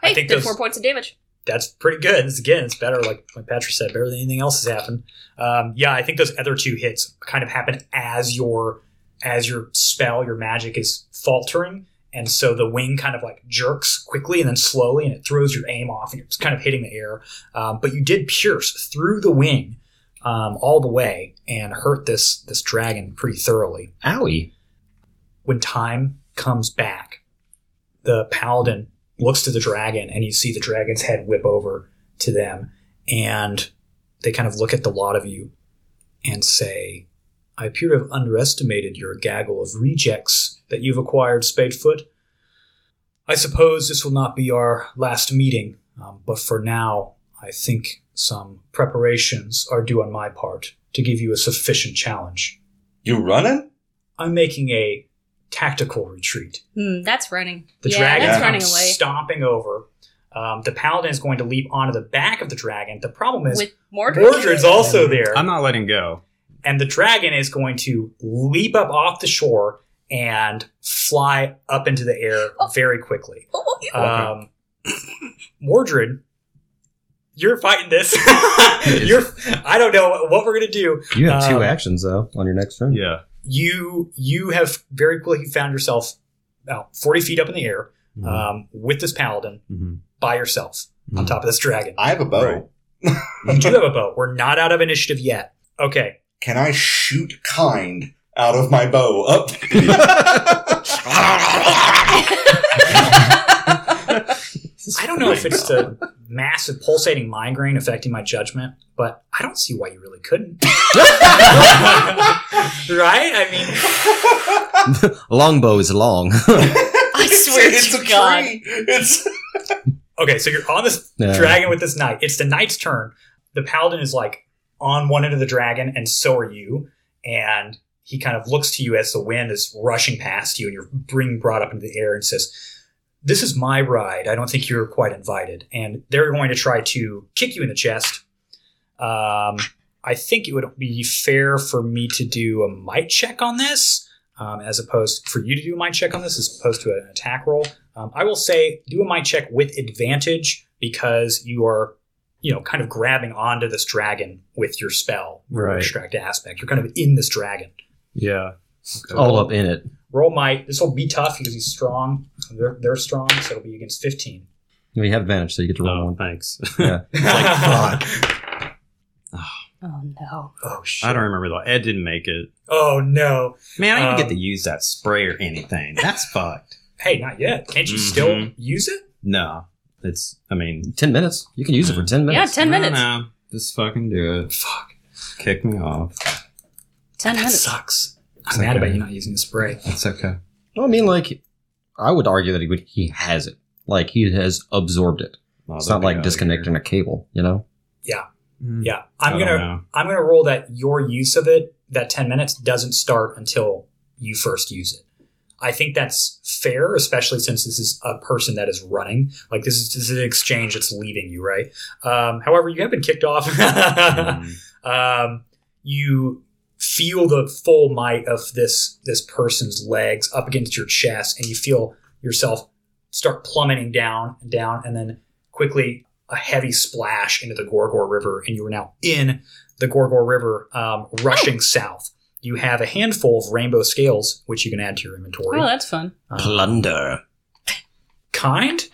Speaker 1: I
Speaker 3: Hey,
Speaker 1: think
Speaker 3: did
Speaker 1: those-
Speaker 3: four points of damage.
Speaker 1: that's pretty good. It's, again, it's better, like like Patrick said, better than anything else has happened. Um, yeah, I think those other two hits kind of happen as your as your spell, your magic is faltering, and so the wing kind of like jerks quickly and then slowly, and it throws your aim off, and it's kind of hitting the air. Um, but you did pierce through the wing um, all the way and hurt this this dragon pretty thoroughly
Speaker 2: Owie.
Speaker 1: when time comes back, the paladin looks to the dragon and you see the dragon's head whip over to them and they kind of look at the lot of you and say, I appear to have underestimated your gaggle of rejects that you've acquired, Spadefoot. I suppose this will not be our last meeting, um, but for now, I think some preparations are due on my part to give you a sufficient challenge.
Speaker 4: You running?
Speaker 1: I'm making a tactical retreat.
Speaker 3: Hmm, that's running.
Speaker 1: The
Speaker 3: yeah,
Speaker 1: dragon
Speaker 3: that's
Speaker 1: comes
Speaker 3: running away.
Speaker 1: stomping over. Um, the paladin is going to leap onto the back of the dragon. The problem is
Speaker 3: With Mordred?
Speaker 1: Mordred's also there,
Speaker 5: I'm not letting go.
Speaker 1: and the dragon is going to leap up off the shore and fly up into the air
Speaker 3: Oh.
Speaker 1: very quickly.
Speaker 3: <laughs> Oh, oh, yeah. <laughs>
Speaker 1: Um, <coughs> Mordred, you're fighting this. <laughs>
Speaker 5: Yes.
Speaker 1: you're. I don't know what we're gonna do.
Speaker 2: You have two
Speaker 1: Um,
Speaker 2: actions though on your next turn.
Speaker 5: Yeah.
Speaker 1: You you have very quickly found yourself about forty feet up in the air
Speaker 2: Mm-hmm.
Speaker 1: um, with this paladin
Speaker 5: Mhm.
Speaker 1: by yourself on
Speaker 2: Hmm.
Speaker 5: Mhm.
Speaker 1: top of this dragon.
Speaker 4: I have a bow.
Speaker 5: Right.
Speaker 1: You do have a bow. We're not out of initiative yet. Okay.
Speaker 4: Can I shoot kind out of my bow up? <laughs>
Speaker 1: I don't know if it's the massive pulsating migraine affecting my judgment, but I don't see why you really couldn't. <laughs> right? I mean,
Speaker 2: Longbow is long. <laughs>
Speaker 3: I swear
Speaker 4: it's
Speaker 3: to
Speaker 4: a
Speaker 3: God.
Speaker 4: tree. It's
Speaker 1: okay, so you're on this
Speaker 2: Yeah.
Speaker 1: dragon with this knight. It's the knight's turn. The paladin is like on one end of the dragon, and so are you. And he kind of looks to you as the wind is rushing past you, and you're being brought up into the air and says, This is my ride. I don't think you're quite invited. And they're going to try to kick you in the chest. Um, I think it would be fair for me to do a might check on this, um, as opposed for you to do a might check on this, as opposed to an attack roll. Um, I will say do a might check with advantage because you are, you know, kind of grabbing onto this dragon with your spell, your
Speaker 5: Right.
Speaker 1: extract aspect. You're kind of in this dragon.
Speaker 5: Yeah.
Speaker 2: All up in it.
Speaker 1: Roll might. This will be tough because he's strong. They're, they're strong, so it'll be against 15.
Speaker 2: We have advantage, so you get to roll
Speaker 5: Oh,
Speaker 2: one.
Speaker 5: thanks.
Speaker 1: <laughs> like,
Speaker 3: Oh, no.
Speaker 1: oh, shit.
Speaker 5: I don't remember though. Ed didn't make it.
Speaker 1: Oh, no.
Speaker 5: Man, I didn't
Speaker 1: Um,
Speaker 5: get to use that spray or anything. That's fucked.
Speaker 1: Hey, not yet. Can't you
Speaker 5: Mhm.
Speaker 1: still use it?
Speaker 5: No, it's. I mean,
Speaker 2: Ten minutes. You can use it for ten
Speaker 3: Yeah,
Speaker 2: minutes.
Speaker 3: 10
Speaker 5: no,
Speaker 3: minutes.
Speaker 5: No, just fucking do it.
Speaker 1: Fuck.
Speaker 5: Kick me off.
Speaker 3: 10
Speaker 1: That
Speaker 3: minutes.
Speaker 1: sucks. I'm
Speaker 5: It's
Speaker 1: mad
Speaker 5: okay.
Speaker 1: about you not using the spray.
Speaker 5: It's okay.
Speaker 2: Well, I mean, like, I would argue that he would. He has it. Like he has absorbed it.
Speaker 5: Well,
Speaker 2: it's
Speaker 5: they'll
Speaker 2: not
Speaker 5: be out
Speaker 2: like
Speaker 5: of
Speaker 2: disconnecting a cable. You know.
Speaker 5: here.
Speaker 1: Yeah,
Speaker 5: Mm. I
Speaker 1: I'm
Speaker 5: don't
Speaker 1: gonna <laughs>
Speaker 5: know.
Speaker 1: I'm gonna roll that your use of it that 10 minutes doesn't start until you first use it. I think that's fair, especially since this is a person that is running. Like this is, this is an exchange that's leaving you, right? Um, however, you have been kicked off. <laughs>
Speaker 5: Mm.
Speaker 1: um, you feel the full might of this this person's legs up against your chest and you feel yourself start plummeting down and down and then quickly a heavy splash into the gorgor river and you are now in the gorgor river um, rushing south you have a handful of rainbow scales, which you can add to your inventory.
Speaker 3: Oh, that's fun.
Speaker 1: Um,
Speaker 5: Plunder.
Speaker 1: kind?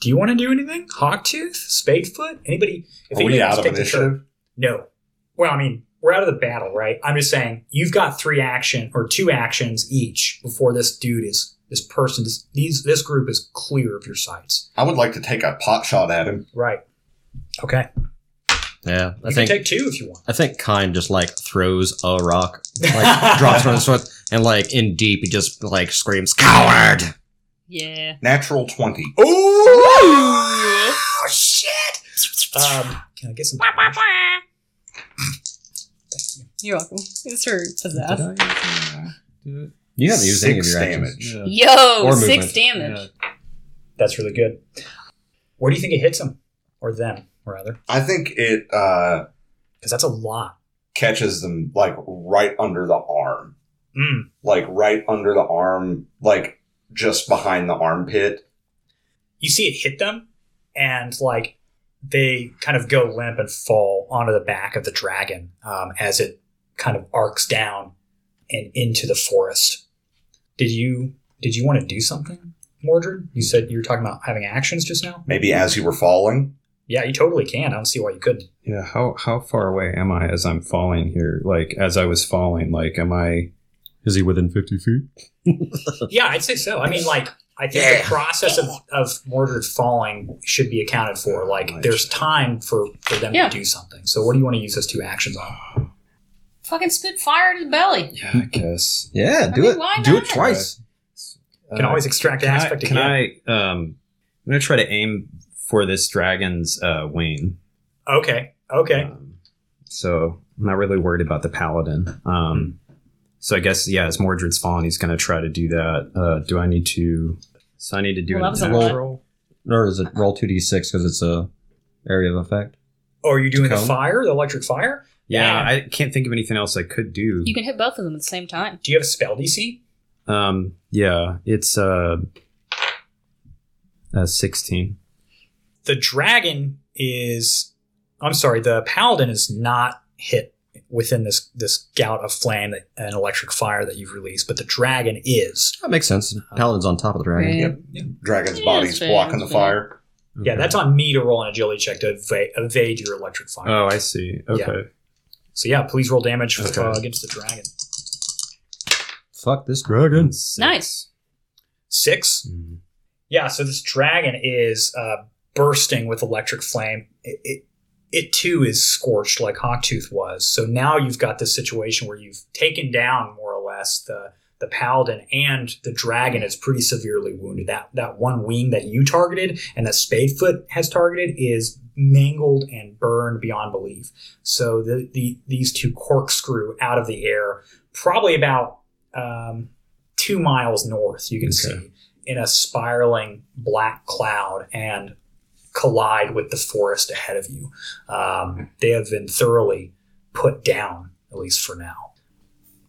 Speaker 1: Do you want to do anything? Hawktooth? Spadefoot? Anybody? If
Speaker 4: Are
Speaker 1: anybody
Speaker 4: we out of
Speaker 1: wants to take the turn-
Speaker 4: initiative?
Speaker 1: No. Well, I mean, we're out of the battle, right? I'm just saying you've got three action or two actions each before this dude is this person. This, these this group is clear of your sights,
Speaker 4: I would like to take a pot shot at him.
Speaker 1: right? Okay,
Speaker 2: Yeah,
Speaker 1: you
Speaker 2: I
Speaker 1: can
Speaker 2: think
Speaker 1: take two if you want.
Speaker 2: I think Kind just like throws a rock,
Speaker 1: <laughs>
Speaker 2: like drops one of the swords, and like in deep, he just like screams, "Coward!"
Speaker 3: Yeah.
Speaker 4: Natural 20.
Speaker 1: Oh, shit! Um, can I get some?
Speaker 3: Wah, wah, wah. You're welcome. It's her pizzazz.
Speaker 2: You haven't used any of
Speaker 4: Six
Speaker 2: your
Speaker 4: damage.
Speaker 2: actions.
Speaker 3: Yo,
Speaker 2: Or
Speaker 3: six
Speaker 2: movement.
Speaker 3: damage.
Speaker 1: That's really good. Where do you think it hits him or them rather?
Speaker 4: I think it uh,
Speaker 1: Because that's a lot.
Speaker 4: catches them like right under the arm.
Speaker 1: Mm.
Speaker 4: Like right under the arm, like just behind the armpit.
Speaker 1: You see it hit them, and like they kind of go limp and fall onto the back of the dragon um, as it kind of arcs down and into the forest. Did you did you want to do something, Mordred? You said you were talking about having actions just now.
Speaker 4: Maybe as you were falling.
Speaker 1: Yeah, you totally can. I don't see why you
Speaker 5: <laughs>
Speaker 1: couldn't.
Speaker 5: Yeah, how how far away am I as I'm falling here? Like as I was falling, like am I
Speaker 2: Is he within fifty feet?
Speaker 1: Yeah, I'd say so. I mean, like, I think the process of, of Mordred falling should be accounted for. Like, there's time for, for them
Speaker 3: Yeah.
Speaker 1: to do something. So, what do you want to use those two actions on?
Speaker 3: Fucking spit fire to the belly.
Speaker 5: Yeah, I guess.
Speaker 2: Yeah, do
Speaker 3: mean,
Speaker 2: it.
Speaker 3: why
Speaker 2: Do
Speaker 3: not?
Speaker 2: it twice.
Speaker 1: Can
Speaker 5: Uh,
Speaker 1: always extract
Speaker 5: can I,
Speaker 1: aspect
Speaker 5: can
Speaker 1: again.
Speaker 5: I um I'm gonna try to aim for this dragon's uh wing.
Speaker 1: okay, okay.
Speaker 5: Um, so I'm not really worried about the paladin. Um
Speaker 1: Hmm.
Speaker 5: so I guess yeah, as Mordred's falling, he's gonna try to do that. Uh do I need to so I need to do
Speaker 3: Well, that
Speaker 5: an
Speaker 3: was a
Speaker 5: attack
Speaker 2: lot.
Speaker 5: roll?
Speaker 2: Or is it roll two d six because it's a area of effect?
Speaker 1: Oh, are you doing the
Speaker 2: Cone?
Speaker 1: fire, the electric fire?
Speaker 5: Yeah,
Speaker 1: Yeah.
Speaker 5: I can't think of anything else I could do.
Speaker 3: You can hit both of them at the same time.
Speaker 1: Do you have a spell DC?
Speaker 5: Um, yeah, it's uh, uh sixteen.
Speaker 1: The dragon is, I'm sorry, the paladin is not hit within this this gout of flame and electric fire that you've released, but the dragon is.
Speaker 2: That makes sense.
Speaker 1: Uh-huh.
Speaker 2: Paladin's on top of the dragon.
Speaker 3: Yeah.
Speaker 4: Yep. Dragon's
Speaker 3: Yeah,
Speaker 4: body's
Speaker 3: that's fair,
Speaker 4: blocking the
Speaker 3: that's
Speaker 4: fire.
Speaker 1: Yeah,
Speaker 5: Okay.
Speaker 1: that's on me to roll an agility check to evade, evade your electric fire.
Speaker 5: Oh, I see. Okay.
Speaker 1: So yeah, please roll damage
Speaker 5: Okay.
Speaker 1: uh, against the dragon.
Speaker 2: Fuck this dragon.
Speaker 5: Six.
Speaker 3: Nice.
Speaker 1: Six.
Speaker 5: Mm.
Speaker 1: Yeah. So this dragon is uh, bursting with electric flame. It, it it too is scorched like Hawktooth was. So now you've got this situation where you've taken down more or less the the paladin and the dragon is pretty severely wounded. That that one wing that you targeted and that Spadefoot has targeted is mangled and burned beyond belief. So the, the these two corkscrew out of the air, probably about um, two miles north. You can see in a spiraling black cloud and collide with the forest ahead of you. Um, they have been thoroughly put down, at least for now.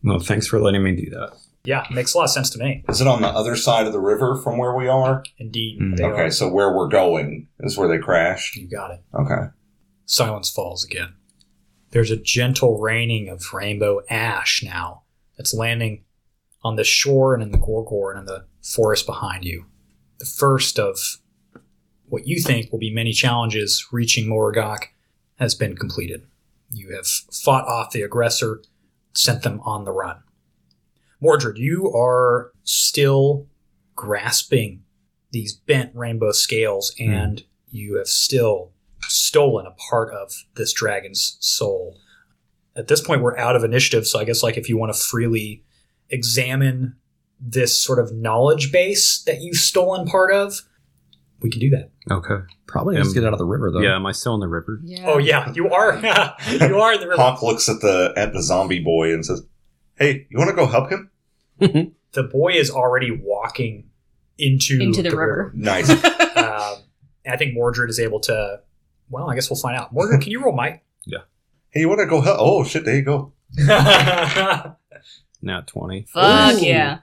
Speaker 5: Well, thanks for letting me do that.
Speaker 1: Yeah, makes a lot of sense to me.
Speaker 4: Is it on the other side of the river from where we are?
Speaker 1: Indeed,
Speaker 5: Mm.
Speaker 1: they
Speaker 4: Okay,
Speaker 1: are.
Speaker 4: so where we're going is where they crashed.
Speaker 1: You got it.
Speaker 4: Okay.
Speaker 1: Silence falls again. There's a gentle raining of rainbow ash now. It's landing on the shore and in the gorgor and in the forest behind you. The first of what you think will be many challenges reaching Moragok has been completed. You have fought off the aggressor, sent them on the run. Mordred, you are still grasping these bent rainbow scales, and you have still stolen a part of this dragon's soul. At this point, we're out of initiative, so I guess like if you want to freely examine this sort of knowledge base that you've stolen part of, we can do that.
Speaker 5: Okay.
Speaker 2: Probably needs to
Speaker 5: Yeah.
Speaker 2: get out of the river though.
Speaker 5: Yeah. Am I still in the river?
Speaker 3: Yeah.
Speaker 1: Oh yeah, you are <laughs> you are in the
Speaker 4: <laughs>
Speaker 1: river.
Speaker 4: Hawk looks at the at the zombie boy and says, "Hey, you want to go help him?"
Speaker 1: The boy is already walking into
Speaker 3: Into the river.
Speaker 4: Nice.
Speaker 1: <laughs> Um, and I think Mordred is able to. Well, I guess we'll find out. Mordred, can you roll Mike?
Speaker 4: hey, you want to go help? Oh shit, there you go.
Speaker 1: Not
Speaker 5: Nat twenty.
Speaker 3: Fuck
Speaker 1: Ooh.
Speaker 3: yeah.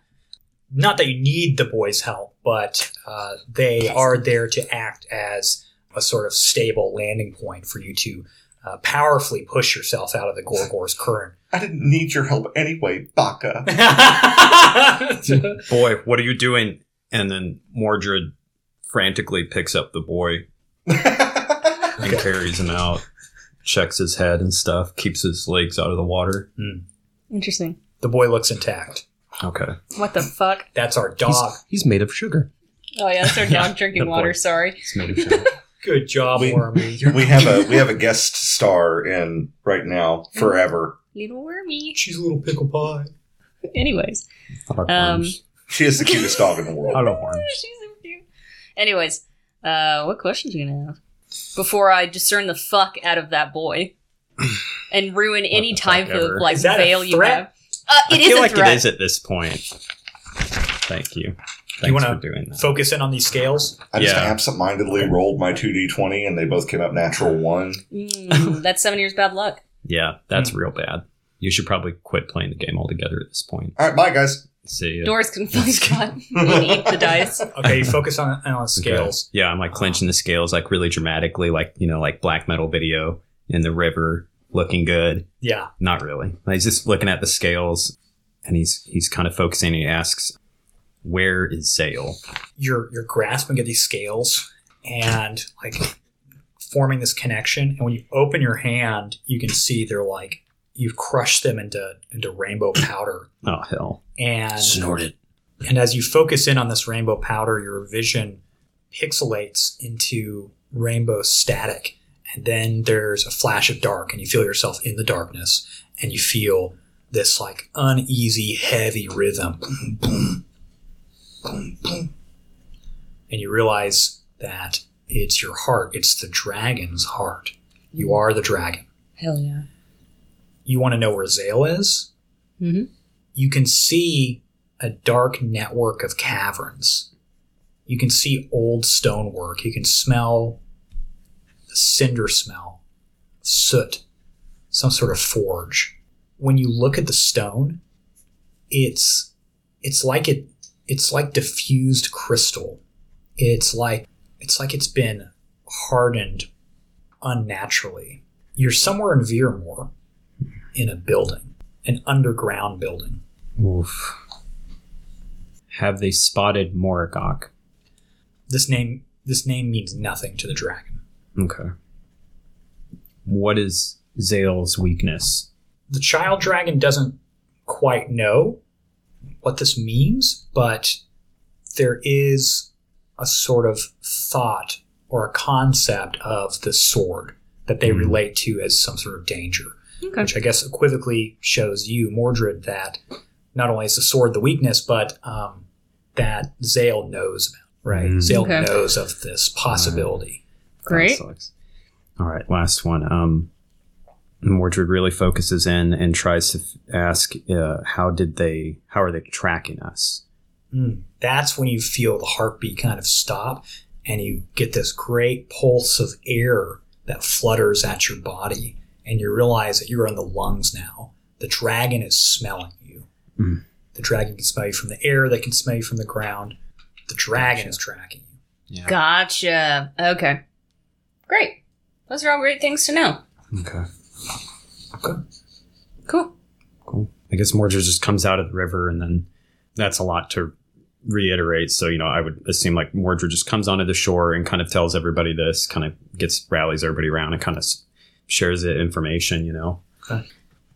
Speaker 1: that you need the boys' help, but uh, they are there to act as a sort of stable landing point for you to uh, powerfully push yourself out of the Gorgor's current.
Speaker 4: I didn't need your help anyway,
Speaker 1: <laughs>
Speaker 4: Baka.
Speaker 5: Boy, what are you doing? And then Mordred frantically picks up the boy and carries him out, checks his head and stuff, keeps his legs out of the water.
Speaker 1: Hmm.
Speaker 3: Interesting.
Speaker 1: the boy looks intact.
Speaker 5: Okay.
Speaker 3: What the fuck?
Speaker 1: That's our dog.
Speaker 2: He's, he's made of sugar.
Speaker 3: Oh yeah, that's
Speaker 1: <laughs>
Speaker 3: our dog drinking
Speaker 5: Good
Speaker 3: water.
Speaker 5: point.
Speaker 3: Sorry.
Speaker 5: It's made of <laughs> sugar.
Speaker 1: Good job,
Speaker 4: We-
Speaker 1: Wormy.
Speaker 4: we have a we have a guest star in right now forever.
Speaker 3: Little wormy.
Speaker 1: She's a little pickle pie.
Speaker 3: Anyways, Um,
Speaker 5: um,
Speaker 4: She is the cutest dog in the world.
Speaker 5: Out of worms.
Speaker 3: <laughs> she's so cute. Anyways, uh, what questions are you gonna ask before I discern the fuck out of that
Speaker 5: <clears throat>
Speaker 3: boy and ruin any
Speaker 5: the fuck
Speaker 3: type of
Speaker 5: ever.
Speaker 3: like
Speaker 1: Is that a
Speaker 3: veil you
Speaker 1: threat?
Speaker 3: have? Uh, it
Speaker 5: I
Speaker 3: is
Speaker 5: feel
Speaker 3: a
Speaker 5: like
Speaker 3: threat.
Speaker 5: it is at this point. Thank you. Thanks
Speaker 1: wanna
Speaker 5: for doing that.
Speaker 1: Focus in on these scales.
Speaker 4: I just
Speaker 5: Yeah.
Speaker 4: absent mindedly rolled my two D twenty and they both came up natural one.
Speaker 3: Mm, that's seven years bad
Speaker 5: <laughs>
Speaker 3: luck.
Speaker 5: yeah, that's
Speaker 1: Hmm.
Speaker 5: real bad. You should probably quit playing the game altogether at this point.
Speaker 4: Alright, bye guys.
Speaker 5: See ya.
Speaker 3: Doors can find God <laughs> and eat the dice.
Speaker 1: Okay, you focus on on
Speaker 5: Okay.
Speaker 1: scales.
Speaker 5: Yeah, I'm like clenching the scales like really dramatically, like you know, like black metal video in the river, looking good.
Speaker 1: Yeah.
Speaker 5: Not really. He's just looking at the scales, and he's he's kind of focusing. And he asks, "Where is Sale?"
Speaker 1: You're you're grasping at these scales and like forming this connection. And when you open your hand, you can see they're like you've crushed them into into rainbow powder.
Speaker 5: Oh hell!
Speaker 1: And
Speaker 2: Snorted.
Speaker 1: And as you focus in on this rainbow powder, your vision pixelates into rainbow static. And then there's a flash of dark, and you feel yourself in the darkness, and you feel this like uneasy, heavy rhythm. Boom, boom, boom, boom. And you realize that it's your heart, it's the dragon's heart. You are the dragon.
Speaker 3: Hell yeah.
Speaker 1: You want to know where Zale is?
Speaker 3: Mhm.
Speaker 1: you can see a dark network of caverns. You can see old stonework. You can smell the cinder smell, soot, some sort of forge. When you look at the stone, it's it's like it it's like diffused crystal. It's like it's like it's been hardened unnaturally. You're somewhere in Veermore in a building, an underground building.
Speaker 5: Oof. Have they spotted Moragok?
Speaker 1: this name this name means nothing to the dragon.
Speaker 5: Okay. What is Zale's weakness?
Speaker 1: The child dragon doesn't quite know what this means, but there is a sort of thought or a concept of the sword that they
Speaker 5: Hmm.
Speaker 1: relate to as some sort of danger,
Speaker 3: Okay.
Speaker 1: which I guess equivocally shows you, Mordred, that not only is the sword the weakness, but um, that Zale knows about. Right,
Speaker 5: Hmm.
Speaker 1: Zale
Speaker 3: Okay.
Speaker 1: knows of this possibility.
Speaker 3: Great.
Speaker 5: That sucks. All right, last one. Um, Mordred really focuses in and tries to f- ask, uh, "How did they? How are they tracking us?"
Speaker 1: Mm. That's when you feel the heartbeat kind of stop and you get this great pulse of air that flutters at your body. And you realize that you're in the lungs now. The dragon is smelling you.
Speaker 5: Mm.
Speaker 1: The dragon can smell you from the air, they can smell you from the ground. The dragon is tracking you.
Speaker 5: Yeah.
Speaker 3: Gotcha. Okay. Great. Those are all great things to know.
Speaker 5: Okay.
Speaker 3: Cool.
Speaker 5: Cool. I guess Mordred just comes out of the river, and then that's a lot to reiterate. So you know, I would assume like Mordred just comes onto the shore and kind of tells everybody this, kind of gets rallies everybody around, and kind of s- shares the information. You know.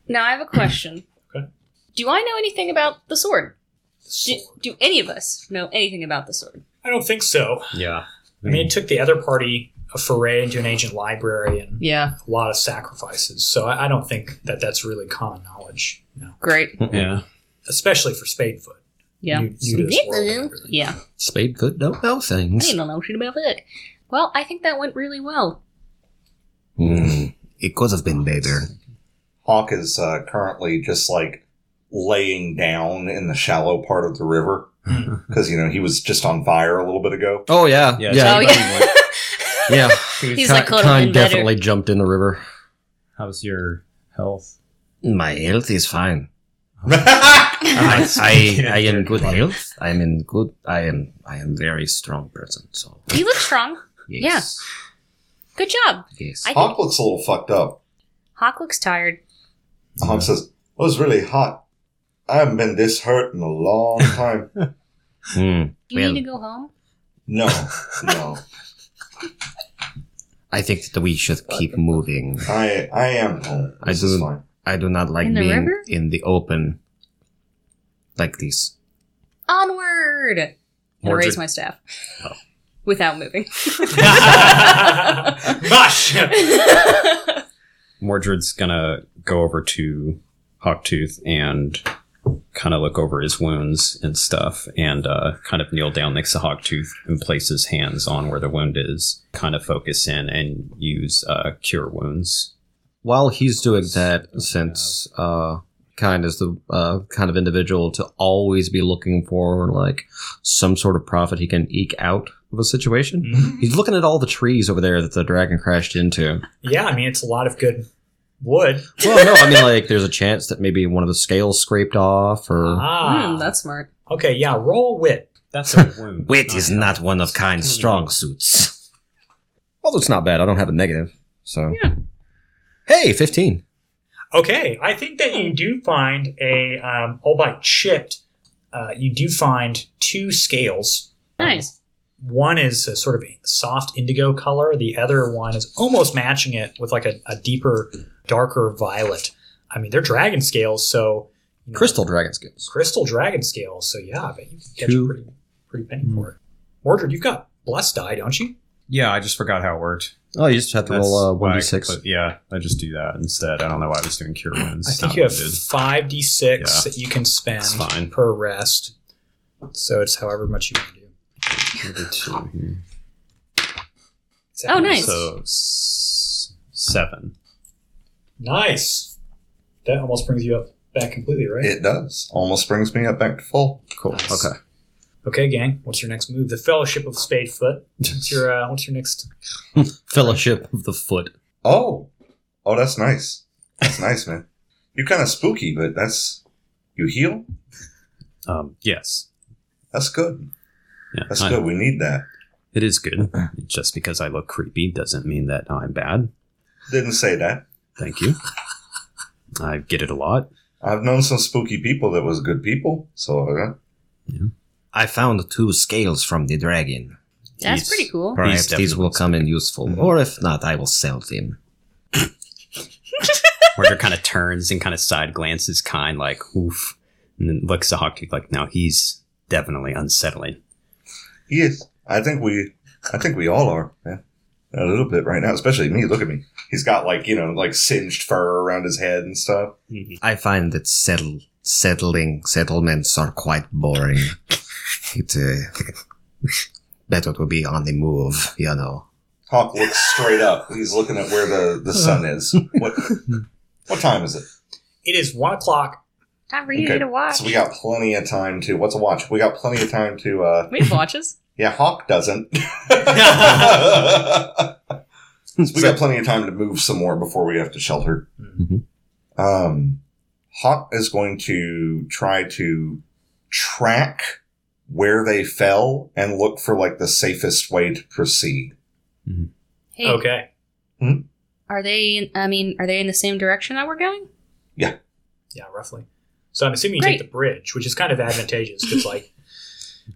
Speaker 3: Now I have a
Speaker 5: <clears throat>
Speaker 3: question.
Speaker 1: Okay.
Speaker 3: Do I know anything about the sword?
Speaker 1: The
Speaker 3: Do,
Speaker 1: sword.
Speaker 3: do any of us know anything about the sword?
Speaker 1: I don't think so.
Speaker 5: Yeah.
Speaker 1: I mean, it took the other party a foray into an ancient library and
Speaker 3: Yeah.
Speaker 1: a lot of sacrifices. So I, I don't think that that's really common knowledge, no.
Speaker 3: Great.
Speaker 5: yeah.
Speaker 1: especially for Spadefoot.
Speaker 3: Yeah.
Speaker 1: You- you do this world, really.
Speaker 3: yeah.
Speaker 2: Spadefoot don't know
Speaker 3: I
Speaker 2: things.
Speaker 3: don't know shit about that. Well, I think that went really well.
Speaker 2: Hmm. It could have been better.
Speaker 4: Hawk is uh, currently just like laying down in the shallow part of the river because you know he was just on fire a little bit ago.
Speaker 2: <laughs>
Speaker 4: <laughs>
Speaker 2: Oh yeah,
Speaker 5: Yeah,
Speaker 2: yeah,
Speaker 3: Oh, yeah. <laughs>
Speaker 2: yeah.
Speaker 3: He's
Speaker 2: Con-
Speaker 3: like, "Could've
Speaker 2: Con
Speaker 3: been better." <laughs>
Speaker 2: definitely jumped in the river.
Speaker 5: How's your health?
Speaker 2: My health is fine. <laughs> I,
Speaker 4: Nice.
Speaker 2: I, I am good health. I am in good. I am I am very strong person. So
Speaker 3: You look strong.
Speaker 2: yes.
Speaker 3: Good job.
Speaker 2: Yes.
Speaker 3: I
Speaker 4: Hawk
Speaker 3: think
Speaker 4: looks a little fucked up.
Speaker 3: Hawk looks tired.
Speaker 4: Hawk says, "It was really hot. I haven't been this hurt in a long time."
Speaker 2: Hmm.
Speaker 3: You
Speaker 2: Well-
Speaker 3: need to go home.
Speaker 4: no, no.
Speaker 2: I think that we should keep moving.
Speaker 4: I I am home.
Speaker 2: I
Speaker 4: This is
Speaker 2: do-
Speaker 4: fine.
Speaker 2: I do not like
Speaker 3: In the
Speaker 2: being
Speaker 3: river?
Speaker 2: in the open like this.
Speaker 3: Onward. And I
Speaker 5: Mordred-
Speaker 3: raise my staff <laughs> without moving.
Speaker 1: Gosh.
Speaker 5: Mordred's gonna go over to Hawktooth and kind of look over his wounds and stuff, and uh, kind of kneel down next to Hawktooth and place his hands on where the wound is. Kind of focus in and use uh, cure wounds.
Speaker 2: While he's doing that, since uh, Kind is the uh, kind of individual to always be looking for like some sort of profit he can eke out of a situation.
Speaker 5: Mm.
Speaker 2: He's looking at all the trees over there that the dragon crashed into.
Speaker 1: <laughs> yeah, I mean, it's a lot of good wood.
Speaker 2: Well, no, I mean like there's a chance that maybe one of the scales scraped off or
Speaker 1: Ah.
Speaker 3: Hmm, that's smart.
Speaker 1: okay, yeah, roll wit.
Speaker 5: That's a wound.
Speaker 2: one of Kind's strong suits. Although it's not bad, I don't have a negative, so.
Speaker 3: Yeah.
Speaker 2: Hey, fifteen.
Speaker 1: Okay, I think that you do find a, um, all by chipped, uh, you do find two scales.
Speaker 3: Nice.
Speaker 1: One is a sort of soft indigo color, the other one is almost matching it with like a, a deeper, darker violet. I mean, they're dragon scales, so. you know,
Speaker 2: Crystal dragon skills.
Speaker 1: crystal dragon scales. So yeah, I bet you get
Speaker 2: Two.
Speaker 1: a pretty pretty penny for it. Mordred, you've got blessed die, don't you?
Speaker 5: Yeah, I just forgot how it worked.
Speaker 2: Oh, you just have to
Speaker 5: That's
Speaker 2: roll uh,
Speaker 5: why I
Speaker 2: one d six.
Speaker 5: compl- Yeah, I just do that instead. I don't know why I was doing cure wounds.
Speaker 1: I
Speaker 5: It's
Speaker 1: think
Speaker 5: not
Speaker 1: you have
Speaker 5: wounded.
Speaker 1: five d six
Speaker 5: Yeah.
Speaker 1: that you can spend
Speaker 5: It's fine.
Speaker 1: per rest. So it's however much you want to do.
Speaker 5: Maybe two here.
Speaker 1: Is that
Speaker 3: Oh, nice.
Speaker 5: So s- seven.
Speaker 1: nice. That almost brings you up back completely, right?
Speaker 4: It does. Almost brings me up back to full.
Speaker 5: Cool.
Speaker 1: Nice.
Speaker 5: Okay.
Speaker 1: Okay, gang. What's your next move? The Fellowship of Spadefoot. What's your uh, What's your next?
Speaker 2: Fellowship of the Foot.
Speaker 4: Oh, oh, that's nice. That's nice, man. You're kind of spooky, but that's you heal.
Speaker 5: Um, yes.
Speaker 4: That's good.
Speaker 5: Yeah,
Speaker 4: That's
Speaker 5: I-
Speaker 4: good. We need that.
Speaker 5: It is good. Just because I look creepy doesn't mean that I'm bad.
Speaker 4: Didn't say that. <laughs>
Speaker 5: Thank you. I get it a lot.
Speaker 4: I've known some spooky people that was good people. So uh,
Speaker 2: I found two scales from the dragon.
Speaker 3: That's
Speaker 5: Yes.
Speaker 3: pretty cool.
Speaker 2: Perhaps
Speaker 5: definitely
Speaker 2: these will come in useful, or if not, I will sell them.
Speaker 5: Mordred kind of turns and kind of side glances, kind like oof, and then looks at Hawktooth like, "Now he's definitely unsettling."
Speaker 4: he is. I think we. I think we all are, man. A little bit right now, especially me. Look at me. He's got like you know like singed fur around his head and stuff.
Speaker 2: I find that settle settling settlements are quite boring. It uh, <laughs> better to be on the move, you know.
Speaker 4: Hawk looks straight up. He's looking at where the the sun is. What what time is it?
Speaker 1: It is one o'clock.
Speaker 3: Time for you
Speaker 4: Okay,
Speaker 3: to watch.
Speaker 4: So we got plenty of time to. What's a watch? We got plenty of time to. uh
Speaker 3: we have watches.
Speaker 4: Yeah, Hawk doesn't. <laughs> So we got plenty of time to move some more before we have to shelter.
Speaker 2: Mhm.
Speaker 4: Um, Hawk is going to try to track where they fell and look for like the safest way to proceed.
Speaker 3: Hey,
Speaker 1: Okay.
Speaker 3: are they? In, I mean, are they in the same direction that we're going?
Speaker 1: Yeah, roughly. So I'm assuming you
Speaker 3: Great.
Speaker 1: take the bridge, which is kind of advantageous because, like,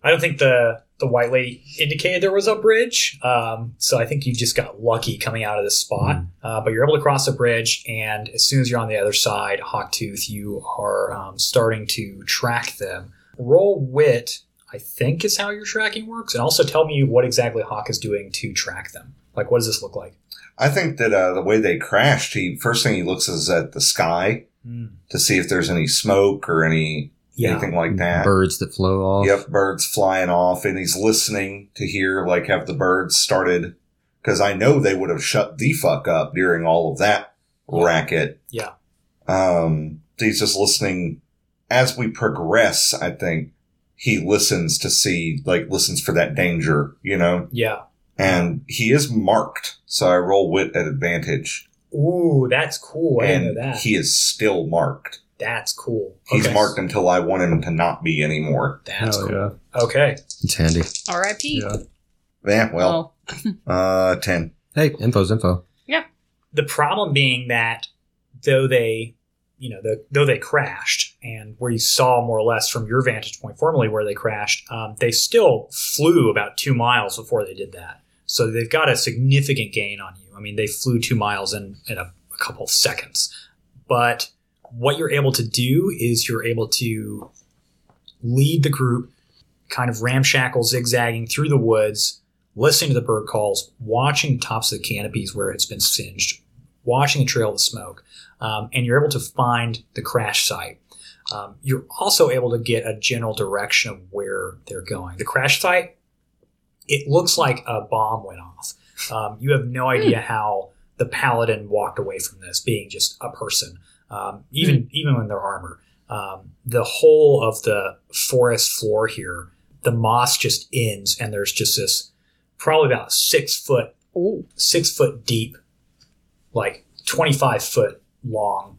Speaker 1: I don't think the the white lady indicated there was a bridge. Um, so I think you just got lucky coming out of this spot.
Speaker 4: Mm-hmm.
Speaker 1: Uh, but you're able to cross the bridge, and as soon as you're on the other side, Hawktooth, you are um, starting to track them. Roll wit, I think, is how your tracking works, and also tell me what exactly Hawk is doing to track them. Like, what does this look like?
Speaker 4: I think that uh, the way they crashed, he first thing he looks is at the sky to see if there's any smoke or any
Speaker 1: Yeah.
Speaker 4: Hmm. anything like that.
Speaker 2: Birds that flow off.
Speaker 4: Yep, birds flying off, and he's listening to hear like have the birds started because I know they would have shut the fuck up during all of that racket.
Speaker 1: Yeah.
Speaker 4: Um, he's just listening as we progress. I think he listens to see like listens for that danger, you know,
Speaker 1: Yeah.
Speaker 4: and he is marked. So I roll wit at advantage,
Speaker 1: Ooh, that's cool. Oh, I didn't
Speaker 4: and
Speaker 1: know that.
Speaker 4: he is still marked.
Speaker 1: that's cool.
Speaker 4: He's
Speaker 1: Okay.
Speaker 4: marked until I want him to not be anymore.
Speaker 1: That's cool. Okay.
Speaker 2: It's handy.
Speaker 3: R.I.P.
Speaker 4: Yeah, well,
Speaker 3: Oh,
Speaker 4: uh, ten.
Speaker 2: Hey, info's info.
Speaker 1: The problem being that though they, you know, the, though they crashed, and where you saw more or less from your vantage point formerly where they crashed, um, they still flew about two miles before they did that. So they've got a significant gain on you. I mean, they flew two miles in, in a, a couple of seconds. But what you're able to do is you're able to lead the group kind of ramshackle, zigzagging through the woods, listening to the bird calls, watching the tops of the canopies where it's been singed, watching the trail of smoke, um, and you're able to find the crash site. Um, you're also able to get a general direction of where they're going. The crash site, it looks like a bomb went off. Um, you have no idea how the paladin walked away from this, being just a person, um, even even in their armor. Um, the whole of the forest floor here, the moss just ends, and there's just this probably about six foot
Speaker 3: Ooh.
Speaker 1: six foot deep, like 25 foot long,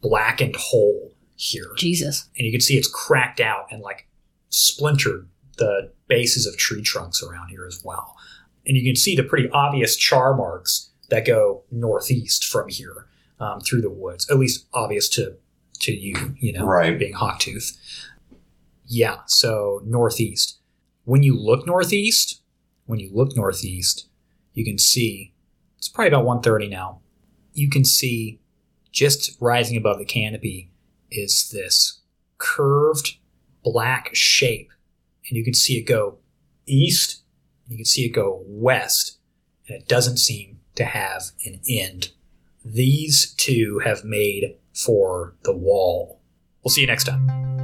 Speaker 1: blackened hole here.
Speaker 3: Jesus.
Speaker 1: And you can see it's cracked out and like splintered the bases of tree trunks around here as well. And you can see the pretty obvious char marks that go northeast from here um, through the woods, at least obvious to, to you, you know,
Speaker 4: Right.
Speaker 1: being Hawktooth. Yeah, so northeast. When you look northeast, when you look northeast, you can see it's probably about 1.30 now you can see just rising above the canopy is this curved black shape and you can see it go east you can see it go west and it doesn't seem to have an end these two have made for the wall we'll see you next time